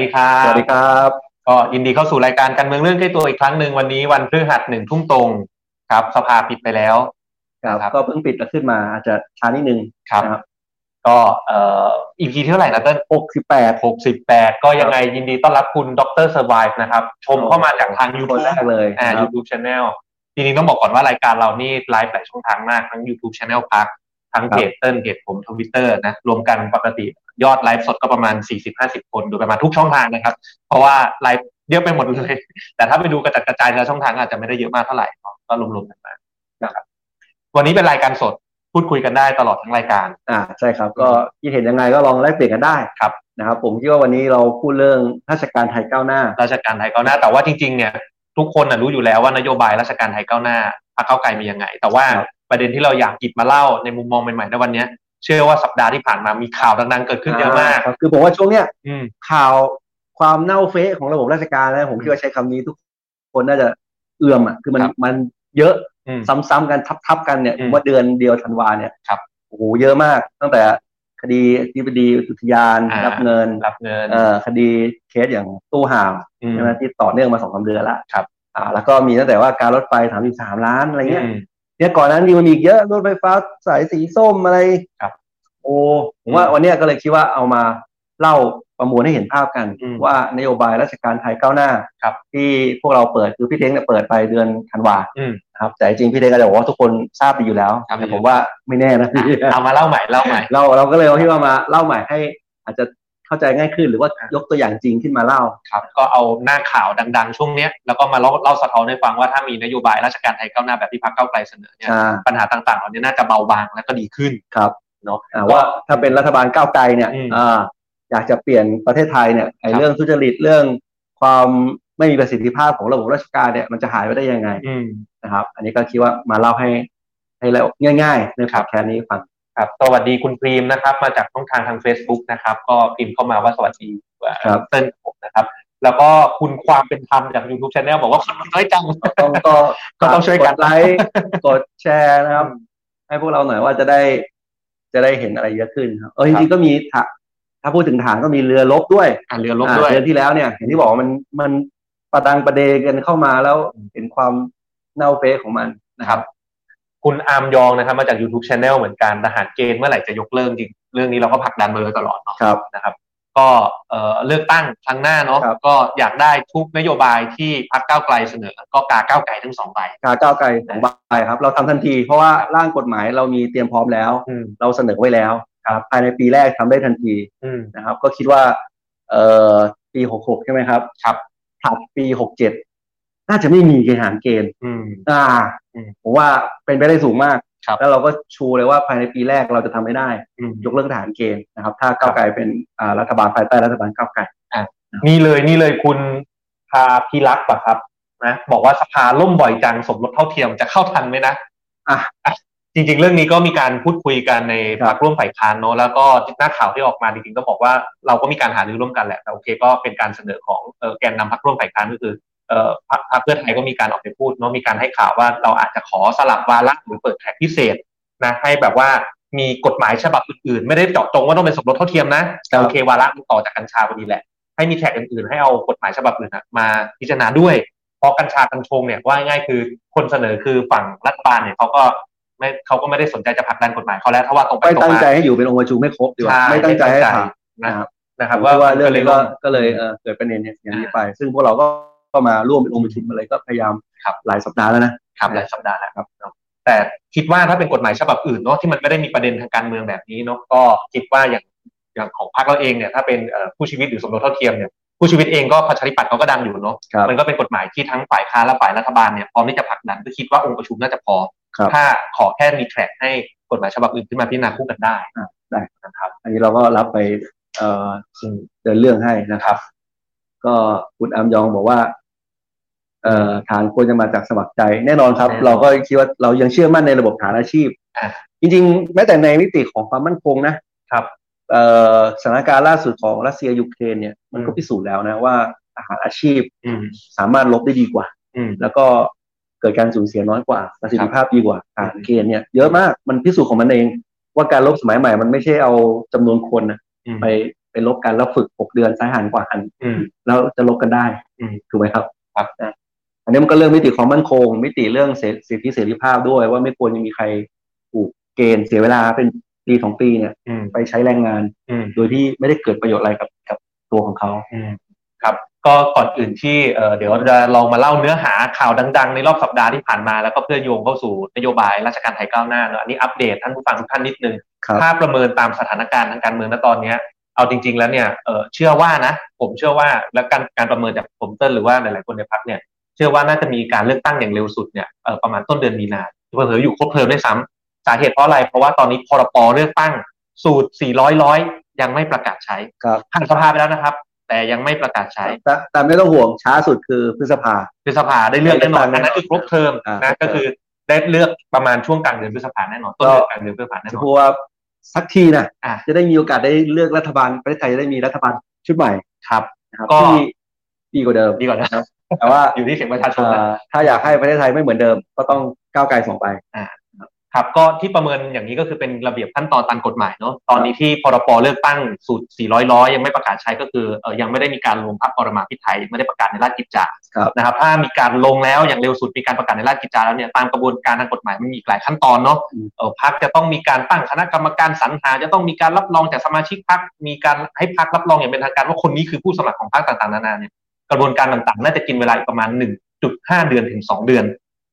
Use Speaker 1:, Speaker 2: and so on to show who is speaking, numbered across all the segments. Speaker 1: ดีครับ
Speaker 2: สวัสดีครับ
Speaker 1: ก็ยินดีเข้าสู่รายการการเมืองเรื่องใกล้ตัวอีกครั้งหนึ่งวันนี้วันพฤหัสหนึ่งทุ่มตรงครับสภาปิดไปแล้ว
Speaker 2: ครับ
Speaker 1: ครับ
Speaker 2: ก็เพิ่งปิดแล้วขึ้นมาอาจจะช้านิดนึง
Speaker 1: ครับ
Speaker 2: ครับ
Speaker 1: ก็เอ่อ EP เท่าไหร่นะเต้น
Speaker 2: 68
Speaker 1: หกสิบแปดก็ยังไงยินดีต้อนรับคุณดรเซอร์ไวฟ์นะครับ ชมเข้ามาจากทาง
Speaker 2: คน
Speaker 1: YouTube
Speaker 2: แรกเลย
Speaker 1: อ่า
Speaker 2: นะครับ
Speaker 1: YouTube Channel จริงๆต้องบอกก่อนว่ารายการเรานี่ไลฟ์หลายช่องทางมาก ทั้ง YouTube Channel พักทั้ง
Speaker 2: ครับ
Speaker 1: เพจเติ้ลเพจผมทวิตเตอร์นะ รวมกันปกติยอดไลฟ์สดก็ประมาณ 40-50 คนโดยประมาณทุกช่องทางนะครับ เพราะว่าไลฟ์เยอะไปหมดเลย แต่ถ้าไปดูกระจัดกระจายแต่ละช่องทางอาจจะไม่ได้เยอะมากเท่าไหร่เนาะก็รวมๆกันมานะครับวันนี้เป็นรายการสดพูดคุยกันได้ตลอดทั้งรายการ
Speaker 2: อ่าใช่ครับ ก็คิดเห็นยังไงก็ลองแลกเปลี่ยนกันได้
Speaker 1: ครับ
Speaker 2: นะครับ ผมคิดว่าวันนี้เราพูดเรื่องราชการไทยก้าวหน้า
Speaker 1: ราชการไทยก้าวหน้าแต่ว่าจริงๆเนี่ยทุกคนน่ะรู้อยู่แล้วว่านโยบายราชการไทยก้าวหน้าพรรคก้าวไกลมียังไง แต่ว่า
Speaker 2: ครับ
Speaker 1: ประเด็นที่เราอยากหยิบมาเล่าในมุมมองใหม่ๆในวันเนี้ย เชื่อว่าสัปดาห์ที่ผ่านมามีข่าวดังๆเกิดขึ้นเยอะมาก
Speaker 2: าครับคือผมว่าช่วงเนี้ย
Speaker 1: อืม
Speaker 2: ข่าวความเน่าเฟะของระบบราชการนะผมคิดว่าใช้คำนี้ทุกคนน่าจะเอื่อมอ่ะคือมัน
Speaker 1: ครับ
Speaker 2: มันเยอะ
Speaker 1: อืม
Speaker 2: ซ้ำๆกันทับๆกันเนี่ย
Speaker 1: อืม
Speaker 2: ผมว่าเดือนเดียวธันวาเนี่ย
Speaker 1: ครับ
Speaker 2: โอ้โหเยอะมาก ตั้งแต่คดีทีบดีอุทยาน
Speaker 1: อ่ารั
Speaker 2: รับเงิน
Speaker 1: รับเงิน
Speaker 2: เอ่อคดีเคสอย่างตู้ห่าว
Speaker 1: อืม
Speaker 2: ใช่ไหมที่ต่อเนื่องมาสองสามเดือนละ
Speaker 1: ครับ
Speaker 2: อ่า แล้วก็มีตั้งแต่ว่าการรถไฟสามสิบสามล้านอะไรเงี้ย
Speaker 1: อืม
Speaker 2: เนี่ยก่อนหนั้านมีมันมีอีกเยอะรถไฟฟ้าสายสีส้มอะไร
Speaker 1: ครับ
Speaker 2: โอ้ผมว่า
Speaker 1: อืม
Speaker 2: วันเนี้ยก็เลยคิดว่าเอามาเล่าประมวลให้เห็นภาพกัน
Speaker 1: อืม
Speaker 2: ว่านโยบายราชการไทยก้าวหน้า
Speaker 1: ครับ
Speaker 2: ที่พวกเราเปิดคือพี่เท้งเนี่ยเปิดไปเดือนธันวา
Speaker 1: อืม
Speaker 2: นะครับแต่จริงๆพี่เดก็จะบอกว่าทุกคนทราบดีอยู่แล้ว
Speaker 1: ครับ
Speaker 2: แต่ผมว่าไม่แน่นะพี่
Speaker 1: เอามาเล่าใหม่เล่าใหม่
Speaker 2: เราเราก็เลยเอาที่ว่ามาเล่าใหม่ให้ อาจจะเข้าใจง่ายขึ้นหรือว่ายกตัวอย่างจริงขึ้นมาเล่า
Speaker 1: ครับก็เอาหน้าข่าวดังๆ ช่วงเนี้ยแล้วก็มาเล่าเล่าสะท้อนให้ฟังว่าถ้ามีนโยบายราชการไทยก้าวหน้าแบบที่พรรคก้าวไกลเสนอเนี่ย
Speaker 2: อ่า
Speaker 1: ปัญหาต่างๆเหล่านี้น่าจะเบาบางและก็ดีขึ้น
Speaker 2: ครับเนาะอ่าว่าถ้าเป็นรัฐบาลก้าวไกลเนี่ย
Speaker 1: อืม
Speaker 2: อ่าอยากจะเปลี่ยนประเทศไทยเนี่ยไอ้
Speaker 1: ครับ
Speaker 2: เรื่องทุจริตเรื่องความไม่มีประสิทธิภาพของระบบราชการเนี่ยมันจะหายไปได้ยังไง
Speaker 1: อืม
Speaker 2: นะครับ อันนี้ก็คิดว่ามาเล่าให้ให้แล้วง่ายๆใน
Speaker 1: ค
Speaker 2: พ
Speaker 1: รั
Speaker 2: อบ ดแคสต์นี้ฟัง
Speaker 1: ครับสวัสดีคุณพรีมนะครับมาจากช่องทางทาง Facebook นะครับก็พิมพ์เข้ามาว่าสวัสดีเอ่อ
Speaker 2: ครับ
Speaker 1: เติ้ลกับผมนะครับ แล้วก็คุณความเป็นธรรมจาก YouTube Channel บอกว่าคนมันน้อยจัง
Speaker 2: ต้องก็
Speaker 1: ก็ต้องช่วยกัน
Speaker 2: ดไล ค์กดแชร์นะครับ ให้พวกเราหน่อยว่าจะได้ จะได้เห็นอะไรเยอะขึ้นครับเออจริงๆก็มีถ้าถ้าพูดถึงฐานก็มีเรือลบด้วย
Speaker 1: อ่าเรือลบด้วย
Speaker 2: อ่าเดือนที่แล้วเนี่ยอย่างที่บอกว่ามันมันประดังประเดกันเข้ามาแล้วเห็นความเน่าเฟะของมันนะครับ
Speaker 1: คุณอาร์มยองนะครับมาจาก YouTube Channel เหมือนกันทหารเกณฑ์เมื่อไหร่จะยกเลิกจริง เรื่องนี้เราก็ผลักดันมาโดยตลอดเนาะ
Speaker 2: ครับ
Speaker 1: นะครับ ก็เอ่อเลือกตั้งครั้งหน้าเนาะ
Speaker 2: ครับ
Speaker 1: ก็อยากได้ทุกนโยบายที่พรรคก้าวไกลเสนอ ก็กาก้าวไกลทั้งสองใบ
Speaker 2: กาก้าวไกลสองใบครับ เราทำทันที เพราะว่าร่างกฎหมายเรามีเตรียมพร้อมแล้ว
Speaker 1: อืม
Speaker 2: เราเสนอไว้แล้วครับภายในปีแรกทำได้ทันที
Speaker 1: อืม
Speaker 2: นะครับก็คิดว่า เอ่อปีหกหกใช่ไหมครับ
Speaker 1: ครับ
Speaker 2: ถัดปีหกเจ็ดน่าจะไม่มีเกณฑ์หารเกณฑ์
Speaker 1: อืม
Speaker 2: อ่า
Speaker 1: อืม
Speaker 2: ผมว่าเป็นไปได้สูงมาก
Speaker 1: ครับ
Speaker 2: แล้วเราก็ชูเลยว่าภายในปีแรกเราจะทำไม่ได้
Speaker 1: อืม
Speaker 2: ยกเลิกทหารเกณฑ์นะครับ ถ้าก้าวไกลเป็นอ่ารัฐบาลภายใต้รัฐบาลก้าวไกล
Speaker 1: นี่เลยนี่เลยคุณพาพิรักษ์ปะครับนะบอกว่าสภาล่มบ่อยจังสมรสเท่าเทียมจะเข้าทันไหมนะ
Speaker 2: อ่ะ
Speaker 1: จริง ๆ เรื่องนี้ก็มีการพูดคุยกันใน
Speaker 2: ครั
Speaker 1: พรร
Speaker 2: บ
Speaker 1: คร่วมฝ่ายค้านเนอะแล้วก็หน้าข่าวที่ออกมาจริงๆต้องบอกว่าเราก็มีการหารือร่วมกันแหละแต่โอเคก็เป็นการเสนอของเอ่อแกนนำพรรคร่วมฝ่ายค้านก็คือเอ่อพรรคพรรคเพื่อไทยก็มีการออกไปพูดเนาะมีการให้ข่าวว่าเราอาจจะขอสลับวาระหรือเปิดแทร็กพิเศษนะให้แบบว่ามีกฎหมายฉบับอื่นๆ ไม่ได้เจาะจงว่าต้องเป็นสมรสเท่าเทียมนะแต่โอเควาระมันต่อจากกัญชาพอดีแหละ ให้มีแท็กอื่นๆ ให้เอากฎหมายฉบับอื่นน่ะมาพิจารณาด้วย เพราะกัญชากัญชงเนี่ยว่าง่ายๆคือคนเสนอคือฝั่งรัฐบาลเนี่ยเขาก็ไม่เขาก็ไม่ได้สนใจจะผลักดันกฎหมายเขาแล้วถ้าว่าตรงไป
Speaker 2: ไม่
Speaker 1: ตร
Speaker 2: ตั้
Speaker 1: ง
Speaker 2: ง
Speaker 1: มา
Speaker 2: ใจให้อยู่เป็นองค์ประชุมไม่ครบดีกว่า
Speaker 1: ใช่
Speaker 2: ไม่ตั้งใจให้ผ่าน
Speaker 1: นะครับนะค
Speaker 2: ค
Speaker 1: รั
Speaker 2: รั
Speaker 1: บบ ว่า
Speaker 2: ว่าเรื่องนี้ก็
Speaker 1: ลย
Speaker 2: ก็เลยเอ่อเกิดประเด็นเนี่ยอย่างนี้ไป ซึ่งพวกเราก็ก็มาร่วมเป็นองค์ประชุมอะไรก็พยายาม
Speaker 1: ครับ
Speaker 2: หลายสัปดาห์แล้วนะ
Speaker 1: ครับหลายสัปดาห์แล้วครับเนาะแต่คิดว่าถ้าเป็นกฎหมายฉบับอื่นเนาะที่มันไม่ได้มีประเด็นทางการเมืองแบบนี้เนาะก็คิดว่าอย่างอย่างของพรรคเราเองเนี่ยถ้าเป็นเอ่อผู้ชีวิตหรือสมรสเท่าเทียมเนี่ยผู้ชีวิตเองก็ประชาธิปัตย์เขาก็ดังอยู่เนาะ
Speaker 2: ครับ
Speaker 1: มันก็เป็นกฎหมายที่ทั้งฝ่ายค้านและฝ่ายรัฐบาลเนี่ยพร้อมที่จะผลักดันก็คิดว่าองค์ประชุมน่าจะพอ
Speaker 2: ครับ
Speaker 1: ถ้าขอแค่มีแทร็กให้กฎหมายฉบับอื่นขึ้นมาพิจารณาคู่กันได้นะครับ
Speaker 2: อันนี้เราก็รับไปเอ่อเดินเรื่องให้นะครับ ก็คุณอามยองบอกว่า เอ่อฐานควรจะมาจากสมัครใจ แน่นอนครับ
Speaker 1: แน่นอน
Speaker 2: เราก็คิดว่าเรายังเชื่อมั่นในระบบฐานอาชีพ
Speaker 1: อ่ะ
Speaker 2: จริงๆ แม้แต่ในมิติของความมั่นคงนะครับ เอ่อสถานการณ์ล่าสุดของรัสเซียยูเครนเนี่ยมันก็
Speaker 1: อืม
Speaker 2: พิสูจน์แล้วนะว่าทหารอาชีพ
Speaker 1: อืม
Speaker 2: สามารถลบได้ดีกว่า
Speaker 1: อืม
Speaker 2: แล้วก็เกิดการสูญเสียน้อยกว่าประสิทธิภาพดีกว่า
Speaker 1: ครับ
Speaker 2: ฐานเกณฑ์เนี่ยเยอะมากมันพิสูจน์ของมันเอง ว่าการลบสมัยใหม่มันไม่ใช่เอาจำนวนคนนะ
Speaker 1: อืม
Speaker 2: ไป ไปลบกันแล้วฝึกหกเดือนซ้ายหันขวาหัน
Speaker 1: อืม
Speaker 2: แล้วจะลบกันได้
Speaker 1: อืม
Speaker 2: ถูกไหมครับ
Speaker 1: ครับ
Speaker 2: นะอันนี้มันก็เรื่องมิติความมั่นคง มิติเรื่องเสสิทธิเสรีภาพด้วย ว่าไม่ควรจะมีใครถูกเกณฑ์เสียเวลาเป็นปีสองปีเนี่ย
Speaker 1: อืม
Speaker 2: ไปใช้แรงงาน
Speaker 1: อืม
Speaker 2: โดยที่ไม่ได้เกิดประโยชน์อะไรกับกับตัวของเขา
Speaker 1: อืมครับก็ก่อนอื่นที่เอ่อเดี๋ยวจะลองมาเล่าเนื้อหาข่าวดัง ๆ ในรอบสัปดาห์ที่ผ่านมา แล้วก็เพื่อโยงเข้าสู่นโยบายราชการไทยก้าวหน้าเนอะอันนี้อัปเดตท่านผู้ฟังทุกท่านนิดนึง
Speaker 2: ครับ
Speaker 1: ถ้าประเมินตามสถานการณ์ทางการเมืองณตอนเนี้ยเอาจริง ๆ แล้วเนี่ยเอ่อเชื่อว่านะผมเชื่อว่าและการการประเมินจากผมเติ้ลหรือว่าหลายๆคนในพักเนี่ยเชื่อว่าน่าจะมีการเลือกตั้งอย่างเร็วสุดเนี่ยเอ่อประมาณต้นเดือนมีนาเผื่อๆอยู่ครบเทอมด้วยซ้ำสาเหตุเพราะอะไรเพราะว่าตอนนี้พรปเลือกตั้งสูตร 400ร้อยยังไม่ประกาศใช้
Speaker 2: ครับ
Speaker 1: ผ่านสภาไปแล้วนะครับ แต่ยังไม่ประกาศใช้
Speaker 2: แต่แต่ไม่ต้องห่วงช้าสุดคือพฤษภา
Speaker 1: คือสภาได้เลือกแน่นอน
Speaker 2: ได้
Speaker 1: อัน
Speaker 2: เลือก
Speaker 1: นั้นคือครบเทอม
Speaker 2: อ่า
Speaker 1: นะก็
Speaker 2: ครบเทอม
Speaker 1: คือได้เลือกประมาณช่วงกลางเดือนพฤษภาแน่นอนต้นเดือนกลางเดือนพฤษภาแน่น
Speaker 2: จะ
Speaker 1: อน
Speaker 2: พูดว่าสักทีนะ
Speaker 1: อ่ะ
Speaker 2: จะได้มีโอกาสได้เลือกรัฐบาลประเทศไทยจะได้มีรัฐบาลชุดใหม่
Speaker 1: ครับ
Speaker 2: นะครับ
Speaker 1: ก็
Speaker 2: ที่ดีกว่าเดิม
Speaker 1: ดีก่อนนะครับ
Speaker 2: แต่ว่า
Speaker 1: อยู่ที่เสียงประชาชน
Speaker 2: เอ่
Speaker 1: นะ
Speaker 2: อถ้าอยากให้ประเทศไทยไม่เหมือนเดิมก็ต้องก้าวไกลสองไป
Speaker 1: ครับก็ที่ประเมินอย่างนี้ก็คือเป็นระเบียบขั้นตอนตามกฎหมายเนาะตอนนี้ที่พรปเลือกตั้งสูตร 400ร้อยยังไม่ประกาศใช้ก็คือเอ่อยังไม่ได้มีการลงพรรคปรมาภิไธยยังไม่ได้ประกาศในราชกิจจา
Speaker 2: ครับ
Speaker 1: นะครับ ถ้ามีการลงแล้วอย่างเร็วสุดมีการประกาศในราชกิจจาแล้วเนี่ยตามกระบวนการทางกฎหมายมันมีอีกหลายขั้นตอนเนาะ เอ่อพักจะต้องมีการตั้งคณะกรรมการสรรหา จะต้องมีการรับรองจากสมาชิกพักมีการให้พักรับรองอย่างเป็นทางการว่าคนนี้คือผู้สมัครของพักต่างๆนานาเนี่ยกระบวนการต่างๆ น่าจะกินเวลาอีกประมาณ 1.5 เดือนถึง 2 เดือน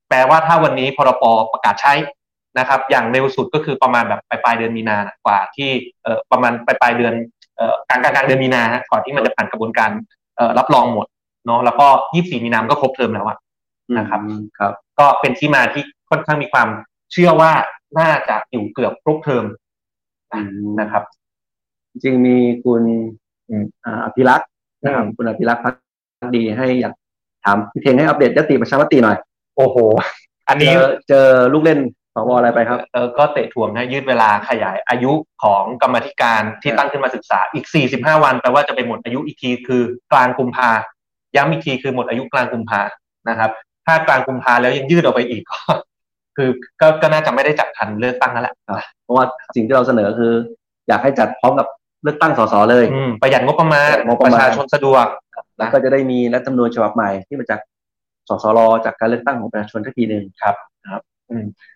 Speaker 1: แปลว่าถ้าวันนี้พรปประกาศใช้นะครับ อย่างเร็วสุดก็คือประมาณแบบปลายๆเดือนมีนานะกว่าที่เอ่อประมาณปลายๆเดือนเอ่อกลางกลางๆเดือนมีนาฮะก่อนที่มันจะผ่านกระบวนการเอ่อรับรองหมดเนาะแล้วก็ 24 มีนามนก็ครบเทอมแล้วอะ นะครับ
Speaker 2: อืมครับ
Speaker 1: ก็เป็นที่มาที่ค่อนข้างมีความเชื่อว่าน่าจะอยู่เกือบครบเทอมนะครับ
Speaker 2: จริงๆมีคุณ
Speaker 1: อืม
Speaker 2: อ่าอภิรักษ์นะครับคุณอภิรักษ์พักดีให้อยากถามพี่เทงให้อัปเดตยติประชามติหน่อย
Speaker 1: โอ้โห อัน
Speaker 2: เจ
Speaker 1: นี้
Speaker 2: อเจอลูกเล่นสวอะไรไปครับ
Speaker 1: เออก็เตะถ่วงให้ยืดเวลาขยายอายุของกรรมาธิการที่
Speaker 2: ครับ
Speaker 1: ตั้งขึ้นมาศึกษาอีก 45 วันแปลว่าจะไปหมดอายุอีกทีคือกลางกุมภาย้ำอีกทีคือหมดอายุกลางกุมภานะครับ ถ้ากลางกุมภาแล้วยังยืดออกไปอีก ก็ คือก็ก็น่าจะไม่ได้จัดทันเลือกตั้งนั่นแหละ
Speaker 2: เพราะว่าสิ่งที่เราเสนอคือ อยากให้จัดพร้อมกับเลือกตั้งสสเลย
Speaker 1: อืมประหยัดงบประมาณ
Speaker 2: ประหยัดงบป
Speaker 1: ประ
Speaker 2: มาณ
Speaker 1: ระชาชนสะดวก
Speaker 2: แล้วก็จะได้มีรัฐธรรมนูญฉบับใหม่ที่มาจากสสรจากการเลือกตั้งของประชาชนทักทีหนึ่ง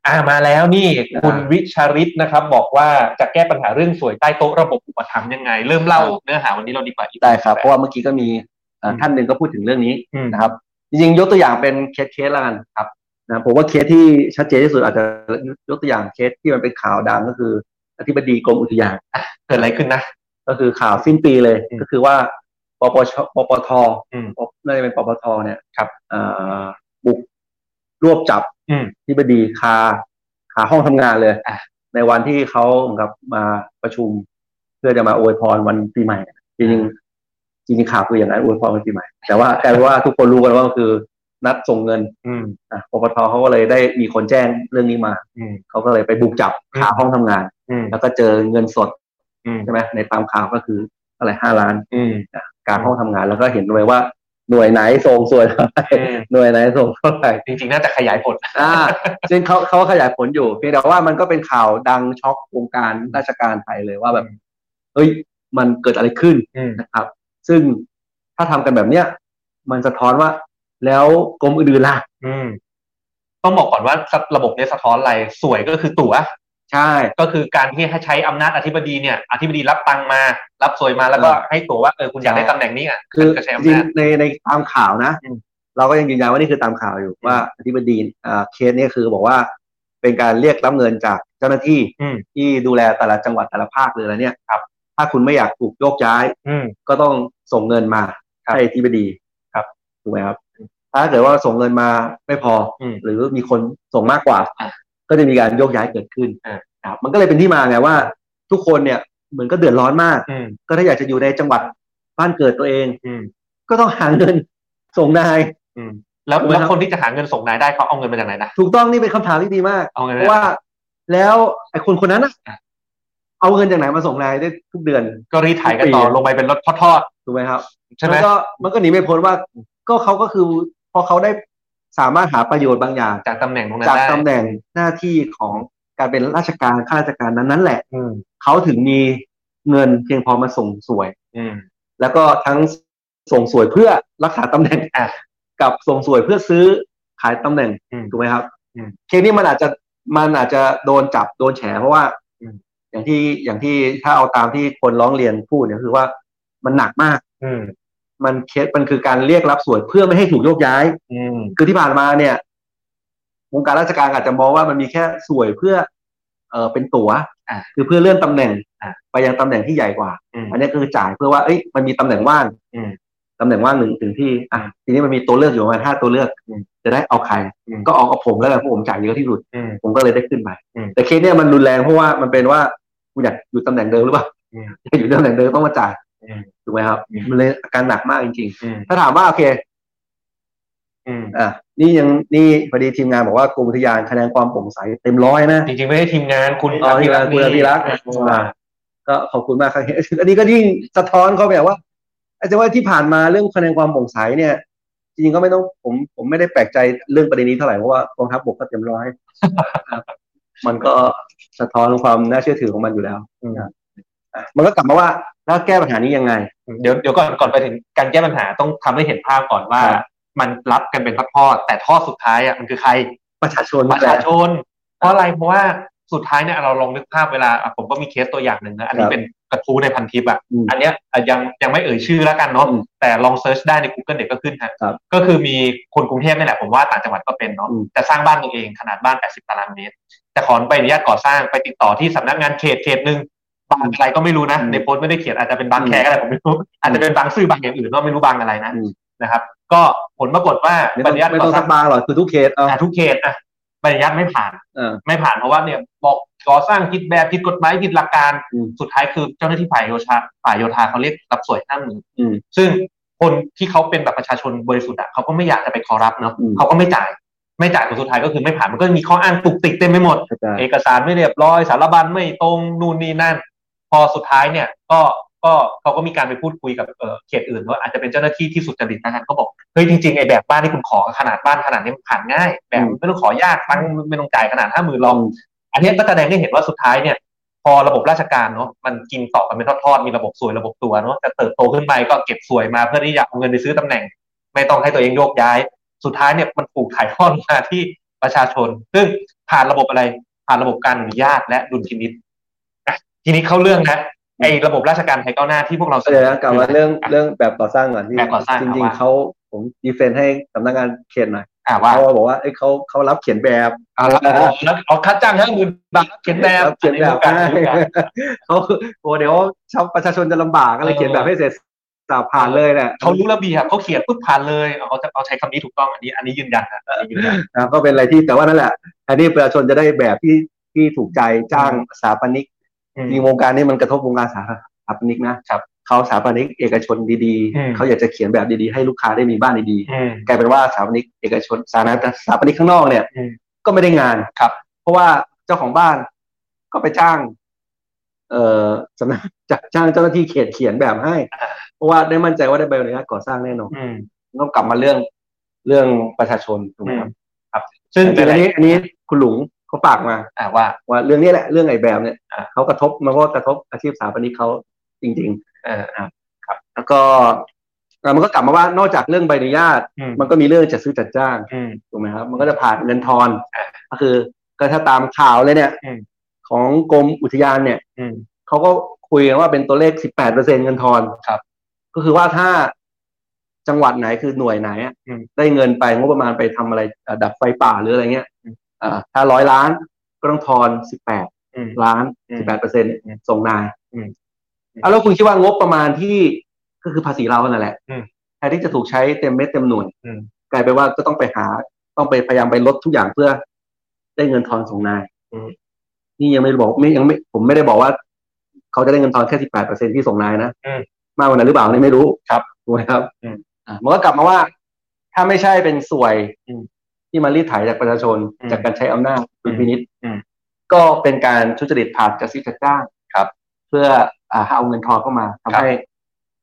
Speaker 1: อ่ามาแล้วนี่
Speaker 2: อ่า
Speaker 1: คุณวิชาริตนะครับ บอกว่าจะแก้ปัญหาเรื่องสวยใต้โต๊ะระบบอุปถัมภ์ยังไง เริ่มเล่า
Speaker 2: ครับ
Speaker 1: เนื้อหาวันนี้เราดีกว่าอีก
Speaker 2: ได้ครับเพ
Speaker 1: แ
Speaker 2: ราะว่าเมื่อกี้ก็มีอ่า
Speaker 1: อืม
Speaker 2: ท่านหนึ่งก็พูดถึงเรื่องนี้
Speaker 1: อืม
Speaker 2: นะครับจริงๆยกตัวอย่างเป็นเคสเคสละกันครับนะผมว่าเคสที่ชัดเจนที่สุดอาจจะยกตัวอย่างเคสที่มันเป็นข่าวดังก็คืออธิบดีกรมอุทยาน
Speaker 1: เกิดอะไรขึ้นนะ
Speaker 2: ก็คือข่าวสิ้นปีเลย
Speaker 1: อืม
Speaker 2: ก็คือว่าปปชปปท
Speaker 1: อืม
Speaker 2: น่าจะเป็นปปทเนี่ย
Speaker 1: ครับ
Speaker 2: เอ่อบุกรวบจับ
Speaker 1: อืม
Speaker 2: อธิบดีคาคาห้องทำงานเลย
Speaker 1: อ่ะ
Speaker 2: ในวันที่เขาเหมือนกับมาประชุม เพื่อจะมาอวยพรวันปีใหม่ จริงๆจริงๆข่าวคืออย่างนั้นอวยพรวันปีใหม่ แต่ว่ากลายเป็นว่าทุกคนรู้กันว่ามันคือนัดส่งเงิน
Speaker 1: อืม
Speaker 2: อ่ะปปทเขาก็เลยได้มีคนแจ้งเรื่องนี้มา
Speaker 1: อืม
Speaker 2: เขาก็เลยไปบุกจับ
Speaker 1: อืม
Speaker 2: ขาห้องทำงาน
Speaker 1: อืม
Speaker 2: แล้วก็เจอเงินสด
Speaker 1: อืม
Speaker 2: ใช่ไหมในตามข่าวก็คืออะไรห้าล้าน
Speaker 1: อืม
Speaker 2: กลารห้องทำงาน แล้วก็เห็นเลยว่าหน่วยไหน ส่งส่วน
Speaker 1: อืม
Speaker 2: หน่วยไหนส่งเท่าไหร่
Speaker 1: จริงๆน่าจะขยายผล
Speaker 2: อ่า ซึ่งเขาเขาก็ขยายผลอยู่เพียงแต่ว่ามันก็เป็นข่าวดังช็อกวงการราชการไทยเลยว่าแบบ
Speaker 1: อืม
Speaker 2: เฮ้ยมันเกิดอะไรขึ้น
Speaker 1: อืม
Speaker 2: นะครับซึ่งถ้าทำกันแบบเนี้ยมันสะท้อนว่า แล้วกรมอื่นๆล่ะ
Speaker 1: อืม ต้องบอกก่อนว่าระบบเนี้ยสะท้อนอะไรสวยก็คือตั๋ว
Speaker 2: ใช่
Speaker 1: ก็คือการที่ให้ใช้อำนาจอธิบดีเนี่ยอธิบดีรับตังค์มา รับสวยมาแล้วก็
Speaker 2: เออ
Speaker 1: ให้ตั๋วว่าเออคุณอยากได้ตำแหน่งนี้อ่ะ
Speaker 2: คือ
Speaker 1: ก็ใช้
Speaker 2: จ
Speaker 1: อำ
Speaker 2: ริง
Speaker 1: นาจ
Speaker 2: ๆในในตามข่าวนะ
Speaker 1: อืม
Speaker 2: เราก็ยังยืนยันว่านี่คือตามข่าวอยู่
Speaker 1: อืม
Speaker 2: ว่าอธิบดีอ่าเคสเนี้คือบอกว่าเป็นการเรียกรับเงินจากเจ้าหน้าที่
Speaker 1: อืม
Speaker 2: ที่ดูแลแต่ละจังหวัดแต่ละภาคเลยแล้วเนี่ย
Speaker 1: ครับ
Speaker 2: ถ้าคุณไม่อยากถูกโยกย้าย
Speaker 1: อืม
Speaker 2: ก็ต้องส่งเงินมา
Speaker 1: ครับ
Speaker 2: ให้อธิบดี
Speaker 1: ครับ
Speaker 2: ถูกไหมครับ ถ้าเกิดว่าส่งเงินมาไม่พออ
Speaker 1: ม
Speaker 2: หรือมีคนส่งมากกว่า
Speaker 1: อ่ะ
Speaker 2: ก็จะมีการโยกย้ายเกิดขึ้น
Speaker 1: อ่ะ
Speaker 2: นะครับมันก็เลยเป็นที่มาไงว่า ทุกคนเนี่ยเหมือนก็เดือดร้อนมาก
Speaker 1: อืม
Speaker 2: ก็ถ้าอยากจะอยู่ในจังหวัดบ้านเกิดตัวเอง
Speaker 1: อืม
Speaker 2: ก็ต้องหาเงินส่งนาย
Speaker 1: อืมแล้วแล้วคนที่จะหาเงินส่งนายได้เขาเอาเงินมาจากไหนนะ
Speaker 2: ถูกต้องนี่เป็นคำถามที่ดีมาก
Speaker 1: เอาเงิน
Speaker 2: เพ
Speaker 1: มจกไหน
Speaker 2: ราะว่าแล้วไอ้คนคนนั้นน่ะ
Speaker 1: อ่ะ
Speaker 2: เอาเงินจากไหนมาส่งนายได้ทุกเดือน
Speaker 1: ก็รีดไถ่ายกันต่อ
Speaker 2: ปีอะ
Speaker 1: ลงไปเป็นรถทอด
Speaker 2: ถูกไหมครับ
Speaker 1: ๆใช่ไหม
Speaker 2: นก็มันก็หนีไม่พ้นว่าก็เขาก็คือพอเขาได้สามารถหาประโยชน์บางอย่าง
Speaker 1: จากตำแหน่งตรงนั้น
Speaker 2: จาก
Speaker 1: ได้
Speaker 2: ตำแหน่งหน้าที่ของการเป็นราชการข้าราชการนั้นๆแหละ
Speaker 1: อืม
Speaker 2: เขาถึงมี เงินเพียงพอมาส่งสวย
Speaker 1: อืม
Speaker 2: แล้วก็ทั้งส่งสวยเพื่อรักษาตำแหน่ง
Speaker 1: อ่ะ
Speaker 2: กับส่งสวยเพื่อซื้อขายตำแหน่ง
Speaker 1: อืม
Speaker 2: ถูกไหมครับ
Speaker 1: อืม
Speaker 2: เคสนี้มันอาจจะมันอาจจะโดนจับโดนแฉเพราะว่า
Speaker 1: อืม
Speaker 2: อย่างที่อย่างที่ถ้าเอาตามที่คนร้องเรียนพูดเนี่ยคือว่ามันหนักมาก
Speaker 1: อืม
Speaker 2: มันเคสมันคือการเรียกรับสวยเพื่อไม่ให้ถูกโยกย้าย
Speaker 1: อืม
Speaker 2: คือที่ผ่านมาเนี่ยวงการราชการอาจจะมองว่ามันมีแค่สวยเพื่อ เออเป็นตัว๋ว
Speaker 1: อ่ะ
Speaker 2: คือเพื่อเลื่อนตำแหน่ง
Speaker 1: อ่ะ
Speaker 2: ไปยังตำแหน่งที่ใหญ่กว่า
Speaker 1: อืม
Speaker 2: อันนี้ก็คือจ่ายเพื่อว่าเอ้ยมันมีตำแหน่งว่าง
Speaker 1: อืม
Speaker 2: ตำแหน่งว่างหนึ่งถึงที่อ่ะทีนี้มันมีตัวเลือกอยู่ประมาณห้าตัวเลือก
Speaker 1: อืม
Speaker 2: จะได้เอาใคร
Speaker 1: อืม
Speaker 2: ก็เอากับผมแล้วแหละเพราะผมจ่ายเยอะที่สุด
Speaker 1: อืม
Speaker 2: ผมก็เลยได้ขึ้นไป
Speaker 1: อืม
Speaker 2: แต่เคสเนี่ยมันรุนแรงเพราะว่ามันเป็นว่าคุณอยากอยู่ตำแหน่งเดิมหรือเปล่า
Speaker 1: อืม
Speaker 2: อยากอยู่ตำแหน่งเดิมต้องมาจ่าย
Speaker 1: อืม
Speaker 2: ถูกไหมครับ
Speaker 1: อืม
Speaker 2: มันเลยอาการหนักมากจริง
Speaker 1: อืม
Speaker 2: ๆ ถ้าถามว่าโอเค
Speaker 1: อืม
Speaker 2: อ่ะนี่ยังนี่พอดีทีมงานบอกว่ากรมอุทยานคะแนนความโปร่งใสเต็มร้อยนะ
Speaker 1: จริงๆไม่ได้ทีมงานคุณ
Speaker 2: อ๋อทีมงานคุณอภิรักษ์
Speaker 1: อ่
Speaker 2: อ่า
Speaker 1: า
Speaker 2: ก็ขอบคุณมากครับ เห็นอันนี้ก็ยิ่งสะท้อนเขาแบบว่าอาจจะว่าที่ผ่านมาเรื่องคะแนนความโปร่งใสเนี่ย จริงๆก็ไม่ต้องผมผมไม่ได้แปลกใจเรื่องประเด็นนี้เท่าไหร่เพราะว่ากองทัพบกก็เต็มร้อย มันก็สะท้อนความน่าเชื่อถือของมันอยู่แล้ว
Speaker 1: อืม
Speaker 2: อ่ะมันก็กลับมาว่าแล้วแก้ปัญหานี้ยังไง
Speaker 1: เดี๋ยวเดี๋ยวก่อนก่อนไปถึงการแก้ปัญหาต้องทำให้เห็นภาพก่อนว่า
Speaker 2: ครับ
Speaker 1: มันรับกันเป็นทอดๆแต่ทอดสุดท้ายอ่ะมันคือใคร
Speaker 2: ประชาชน
Speaker 1: ประชาชน เพราะอะไรเพราะว่าสุดท้ายเนี่ยเราลองนึกภาพเวลาอ่ะผมก็มีเคสตัวอย่างหนึ่งนะอันนี้เป็นกระทู้ในพันทิปอ่ะ
Speaker 2: อืม
Speaker 1: อันเนี้ยอ่ะยังยังไม่เอ่ยชื่อแล้วกันเนาะ
Speaker 2: อืม
Speaker 1: แต่ลองเซิร์ชได้ใน Google เด็กก็ขึ้นฮะ
Speaker 2: ครับ
Speaker 1: ก็คือมีคนกรุงเทพนี่แหละผมว่าต่างจังหวัดก็เป็นเนาะ
Speaker 2: อืม
Speaker 1: แต่สร้างบ้านตัวเองขนาดบ้าน 80 ตารางเมตร แต่ขอใบอนุญาตก่อสร้างไปติดต่อที่สำนักงานเขตเขตหนึ่งบางอะไรก็ไม่รู้นะ ในโพสต์ไม่ได้เขียนอาจจะเป็นบางแคก็ได้ผมไม่รู้อาจจะเป็นบางซื่อบางอย่างอื่นก็ไม่รู้บางอะไรนะนะครับ ก็ผลปรากฏว่า
Speaker 2: ไม่
Speaker 1: ใบ
Speaker 2: ต้อ
Speaker 1: อง นุญาต
Speaker 2: ไม่
Speaker 1: ก่
Speaker 2: ต้
Speaker 1: อ
Speaker 2: อง
Speaker 1: ส
Speaker 2: สั
Speaker 1: ร้าง
Speaker 2: กบางหรอกคือทุกเคสเอา
Speaker 1: อ่ะทุกเขตอ่ะใบอนุญาตไม่ผ่าน
Speaker 2: เออ
Speaker 1: ไม่ผ่านเพราะว่าเนี่ยบอกก่อสร้างผิดแบบผิดกฎหมายผิดหลักการ
Speaker 2: อืม
Speaker 1: สุดท้ายคือเจ้าหน้าที่ฝ่ายโยธาฝ่ายโยธาเขาเรียกรับสวยห้าหมื่น
Speaker 2: อืม
Speaker 1: ซึ่งคนที่เขาเป็นแบบประชาชนบริสุทธิ์อะเขาก็ไม่อยากจะไปขอรับเนาะ
Speaker 2: อืม
Speaker 1: เขาก็ไม่จ่าย ไม่จ่ายผลสุดท้ายก็คือไม่ผ่านมันก็มีข้ออ้างตุกติกเต็มไปหมด
Speaker 2: เข้าใจ
Speaker 1: เอกสารไม่เรียบร้อยสารบัญไม่ตรงนู่นนี่นั่น พอสุดท้ายเนี่ยก็ก็เขาก็มีการไปพูดคุยกับเอ่อเขตอื่นว่าอาจจะเป็นเจ้าหน้าที่ที่สุจริตนะครับก็บอกเฮ้ยจริงๆไอ้แบบบ้านที่คุณขอขนาดบ้านขนาดนี้มันผ่านง่าย แบบ
Speaker 2: อืม
Speaker 1: ไม่ต้องขอยากตั้งไม่ต้องจ่ายขนาดห้าหมื่นลอง อันเนี้ยก็แสดงให้เห็นว่าสุดท้ายเนี่ย พอระบบราชการเนาะมันกินต่อกันเป็นทอดๆมีระบบสวยระบบตัวเนาะแต่เติบโตขึ้นไปก็เก็บสวยมาเพื่อที่อยากเอาเงินไปซื้อตำแหน่ง ไม่ต้องให้ตัวเองโยกย้าย สุดท้ายเนี่ยมันถูกถ่ายทอดมาที่ประชาชน ซึ่งผ่านระบบอะไรผ่านระบบการอนุญาตและดุลพินิจอ่ะทีนี้เข้าเรื่องนะไอ้ระบบราชการไทยก้าวหน้าที่พวกเรา
Speaker 2: เดี๋ยวนะกลับมาเรื่องเรื่องแบบก่อสร้างก่อนที่
Speaker 1: แบบก่อสร้าง
Speaker 2: จ
Speaker 1: ครับ
Speaker 2: ริง
Speaker 1: ว่า
Speaker 2: ๆเขาผมดีเฟนต์ให้สำนักงานเขตหน่อย
Speaker 1: อ่าว่า
Speaker 2: เขาบอกว่าเอ้ยเขาเขารับเขียนแบบ
Speaker 1: เอาละเอาละเอาค่าจ้างห้าหมื่นบาทเขียนแบบ
Speaker 2: รับเขียนแบบ
Speaker 1: อันนี้เรื่องการ
Speaker 2: เขาโอ้เดี๋ยวชาวประชาชนจะลำบากก็เลย
Speaker 1: เออ
Speaker 2: เขียนแบบให้เสร็จสับผ่านเลยแหละ
Speaker 1: เขารู้ระเบียบเขาเขียนปุ๊บผ่านเลยเอาเขาจะเอาใช้คำนี้ถูกต้องอันนี้ อันนี้ยืนยันนะอันนี้ยืนยัน
Speaker 2: นะก็เป็นอะไรที่แต่ว่านั่นแหละอันนี้ประชาชนจะได้แบบที่ที่ถูกใจจ้างสถาปนิก
Speaker 1: อืม
Speaker 2: จริงวงการนี้มันกระทบวงการสถาปนิกนะครับเขาสถาปนิกเอกชนดี
Speaker 1: อืม
Speaker 2: ๆเขาอยากจะเขียนแบบดีๆให้ลูกค้าได้มีบ้านดีๆ
Speaker 1: อืม
Speaker 2: กลายเป็นว่าสถาปนิกเอกชนสถานะสถาปนิกข้างนอกเนี่ย
Speaker 1: อืม
Speaker 2: ก็ไม่ได้งาน
Speaker 1: ครับ
Speaker 2: เพราะว่าเจ้าของบ้านก็ไปจ้าง เอ่อสำนักจ้างจ้างเจ้าหน้าที่เขตเขียนแบบให้
Speaker 1: อ่า
Speaker 2: เพราะว่าได้มั่นใจว่าได้ใบอนุญาตก่อสร้างแน่นอน
Speaker 1: อืม
Speaker 2: ต้องกลับมาเรื่องเรื่องประชาชนถูกไหมครับ
Speaker 1: ซึ่ง
Speaker 2: จริงๆอัน
Speaker 1: ห
Speaker 2: นี้
Speaker 1: ลาย
Speaker 2: อันนี้คุณหลุงเขาฝากมา
Speaker 1: ๆอ่าว่า
Speaker 2: ว่าเรื่องนี้แหละเรื่องไอ้แบบเนี่ย
Speaker 1: อ่า
Speaker 2: เขากระทบมันก็กระทบอาชีพสถาปนิกเขาจริง
Speaker 1: เออ
Speaker 2: ๆ แล้วก็อ่ะมันก็กลับมาว่านอกจากเรื่องใบอนุญาต
Speaker 1: อืม
Speaker 2: มันก็มีเรื่องจัดซื้อจัดจ้าง
Speaker 1: อืม
Speaker 2: ถูกไหมครับมันก็จะผ่านเงินทอน
Speaker 1: อ่า
Speaker 2: ก็คือก็ถ้าตามข่าวเลยเนี่ย
Speaker 1: อืม
Speaker 2: ของกรมอุทยานเนี่ย
Speaker 1: อืม
Speaker 2: เขาก็คุยกันว่าเป็นตัวเลข 18เปอร์เซ็นเงินทอน
Speaker 1: ครับ
Speaker 2: ก็คือว่าถ้าจังหวัดไหนคือหน่วยไหนอะ
Speaker 1: อืม
Speaker 2: ได้เงินไปงบประมาณไปทำอะไรเอ่อดับไฟป่าหรืออะไรเงี้ย
Speaker 1: อืม
Speaker 2: อ่าถ้าร้อยล้านก็ต้องทอน 18
Speaker 1: อืม
Speaker 2: ล้าน
Speaker 1: อืม
Speaker 2: 18เปอร์เซ็น
Speaker 1: อืม
Speaker 2: ส่งนาย
Speaker 1: อืมอืม
Speaker 2: เอาแล้วคุณคิดว่างบประมาณที่ก็คือภาษีเรานั่นแหละ
Speaker 1: อืม
Speaker 2: แทนที่จะถูกใช้เต็มเม็ดเต็มหน่วย
Speaker 1: อืม
Speaker 2: กลายเป็นว่าก็ต้องไปหา ต้องไปพยายามไปลดทุกอย่างเพื่อได้เงินทอนส่งนาย
Speaker 1: อืม
Speaker 2: นี่ยังไม่ได้บอกไม่ยังไม่ผมไม่ได้บอกว่า เขาจะได้เงินทอนแค่สิบแปดเปอร์เซ็นที่ส่งนายนะ
Speaker 1: อืม
Speaker 2: มากกว่านั้นหรือเปล่านี่ไม่รู้
Speaker 1: ครับ
Speaker 2: ถูกไหมครับ
Speaker 1: อืม
Speaker 2: อ่ะมันก็กลับมาว่า ถ้าไม่ใช่เป็นสวย
Speaker 1: อืม
Speaker 2: ที่มารีดไถ่ายจากประชาชน
Speaker 1: อืม
Speaker 2: จากการใช้อำนาจดุลพินิษ
Speaker 1: อืม
Speaker 2: ก็เป็นการทุจริตผ่านจัดซื้อจัดจ้าง
Speaker 1: ครับ
Speaker 2: เพื่ออ่าเอาเงินทอนเข้ามาทำ
Speaker 1: ครับ
Speaker 2: ให้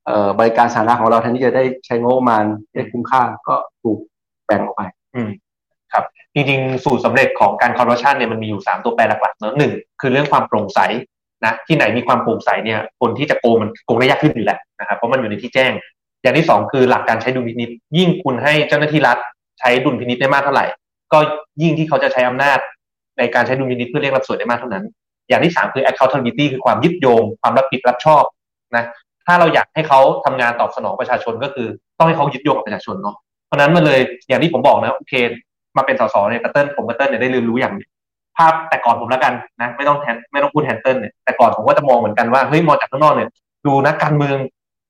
Speaker 2: เอ่อบริการสาธารณะของเราแทนที่จะได้ใช้งบประมาณได้คุ้มค่าก็ถูกแบ่งออกไป
Speaker 1: จริงๆ สูตรสำเร็จของการคอร์รัปชันเนี่ยมันมีอยู่ 3 ตัวแปรหลักๆเนอะหนึ่งคือเรื่องความโปร่งใส นะที่ไหนมีความโปร่งใสเนี่ยคนที่จะโกงมันโกงได้ยากขึ้นอยู่แหละนะครับเพราะมันอยู่ในที่แจ้ง อย่างที่สองคือหลักการใช้ดุลพินิจยิ่งคุณให้เจ้าหน้าที่รัฐใช้ดุลพินิจได้มากเท่าไหร่ ก็ยิ่งที่เขาจะใช้อำนาจ ในการใช้ดุลพินิจเพื่อเรียกรับส่วนได้มากเท่านั้น อย่างที่สามคือ accountability คือความยึดโยง ความรับผิดรับชอบนะถ้าเราอยากให้เขาทำงานตอบสนองประชาชนก็คือ ต้องให้เขายึดโยงกับประชาชนเนาะเพราะฉะนั้นมันเลยอย่างที่ผมบอกนะโอเค มาเป็นสสในยกระเติ้ลผมกระเติ้ลเนี่ยได้เรียนรู้อย่างหนึ่งภาพแต่ก่อนผมแล้วกันนะไม่ต้องแทนไม่ต้องพูดแทนเติ้ลเนี่ยแต่ก่อนผมก็จะมองเหมือนกันว่าเฮ้ยมองจากข้างนอกเนี่ยดูนักการเมือง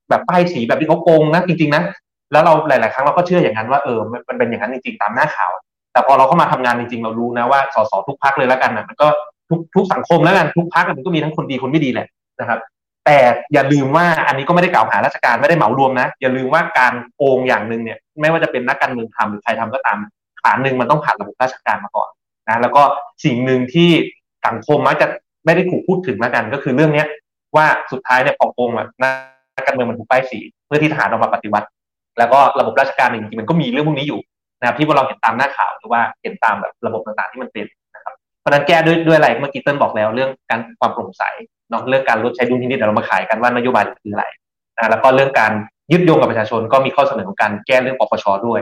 Speaker 1: แบบป้ายสีแบบที่เขาโกงนะจริงๆนะแล้วเราหลาย ๆ ครั้งเราก็เชื่ออย่างนั้นว่าเออมันมันเป็นอย่างนั้นจริงๆตามหน้าข่าว แต่พอเราเข้ามาทำงานจริงๆ เรารู้นะว่าสสทุกพักเลยแล้วกันนะมันก็ทุกทุกสังคมแล้วกันทุกพักมันก็มีทั้งคนดีคนไม่ดีแหละนะครับ แต่อย่าลืมว่าอันนี้ก็ไม่ได้กล่าวหาราชการไม่ได้เหมารวมนะ อย่าลืมว่าการโกงอย่างหนึ่งเนี่ย ไม่ว่าจะเป็นนักการเมืองทำหรือใครทำก็ตามฐานหนึ่งมันต้องผ่านระบบราชการมาก่อนนะแล้วก็สิ่งหนึ่งที่สังคมมักจะไม่ได้ถูกพูดถึงแล้วกัน ก็คือเรื่องเนี้ยว่าสุดท้ายเนี่ยพอโกงแบบนักการเมืองมันถูกป้ายสีเพื่อที่ทหารออกมาปฏิวัติ แล้วก็ระบบราชการเนี่ยจริงๆมันก็มีเรื่องพวกนี้อยู่ นะครับที่พวกเราเห็นตามหน้าข่าวหรือว่าเห็นตามแบบระบบต่างๆที่มันเป็นนะครับเพราะฉะนั้นแก้ด้วยด้วยอะไรเมื่อกี้เติ้ลบอกแล้วเรื่องการความโปร่งใสเนาะเรื่องการลดใช้ดุลพินิจเดี๋ยวเรามาขายกันว่านโยบายคืออะไรนะแล้วก็เรื่องการยึดโยงกับประชาชนก็มีข้อเสนอของการแก้เรื่องปปชด้วย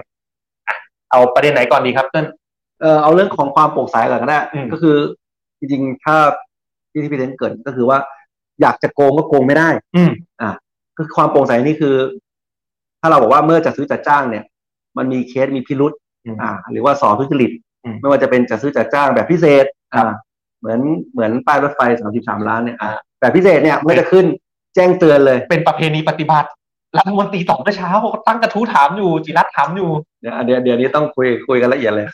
Speaker 1: อ่ะเอาประเด็นไหนก่อนดีครับเติ้ล
Speaker 2: เออเอาเรื่องของความโปร่งใสก่อนก็ได้
Speaker 1: อืม
Speaker 2: ก็คือ จริงๆถ้าที่ที่พี่เต้นเกริดก็คือว่า อยากจะโกงก็โกงไม่ได้
Speaker 1: อืม
Speaker 2: ก็คือความโปร่งใสนี่คือ ถ้าเราบอกว่าเมื่อจัดซื้อจัดจ้างเนี่ย มันมีเคสมีพิรุษอ่า หรือว่าสอทุจริต
Speaker 1: อืม
Speaker 2: ไม่ว่าจะเป็นจัดซื้อจัดจ้างแบบพิเศษ อ่า เหมือนเหมือนป้ายรถไฟสามสิบสามล้านเนี่ยอ่า
Speaker 1: อ่า
Speaker 2: แบบพิเศษเนี่ยมันก็จะขึ้นแจ้งเตือนเลย
Speaker 1: เป็นประเพณีปฏิบัติรัฐมนตรีตอบเมื่อเช้าตั้งกระทู้ถามอยู่จิรัตน์ถามอยู่
Speaker 2: เดี๋ยวเดี๋ยวเดี๋ยวนี้ต้องคุยคุยกันละเอียด เลย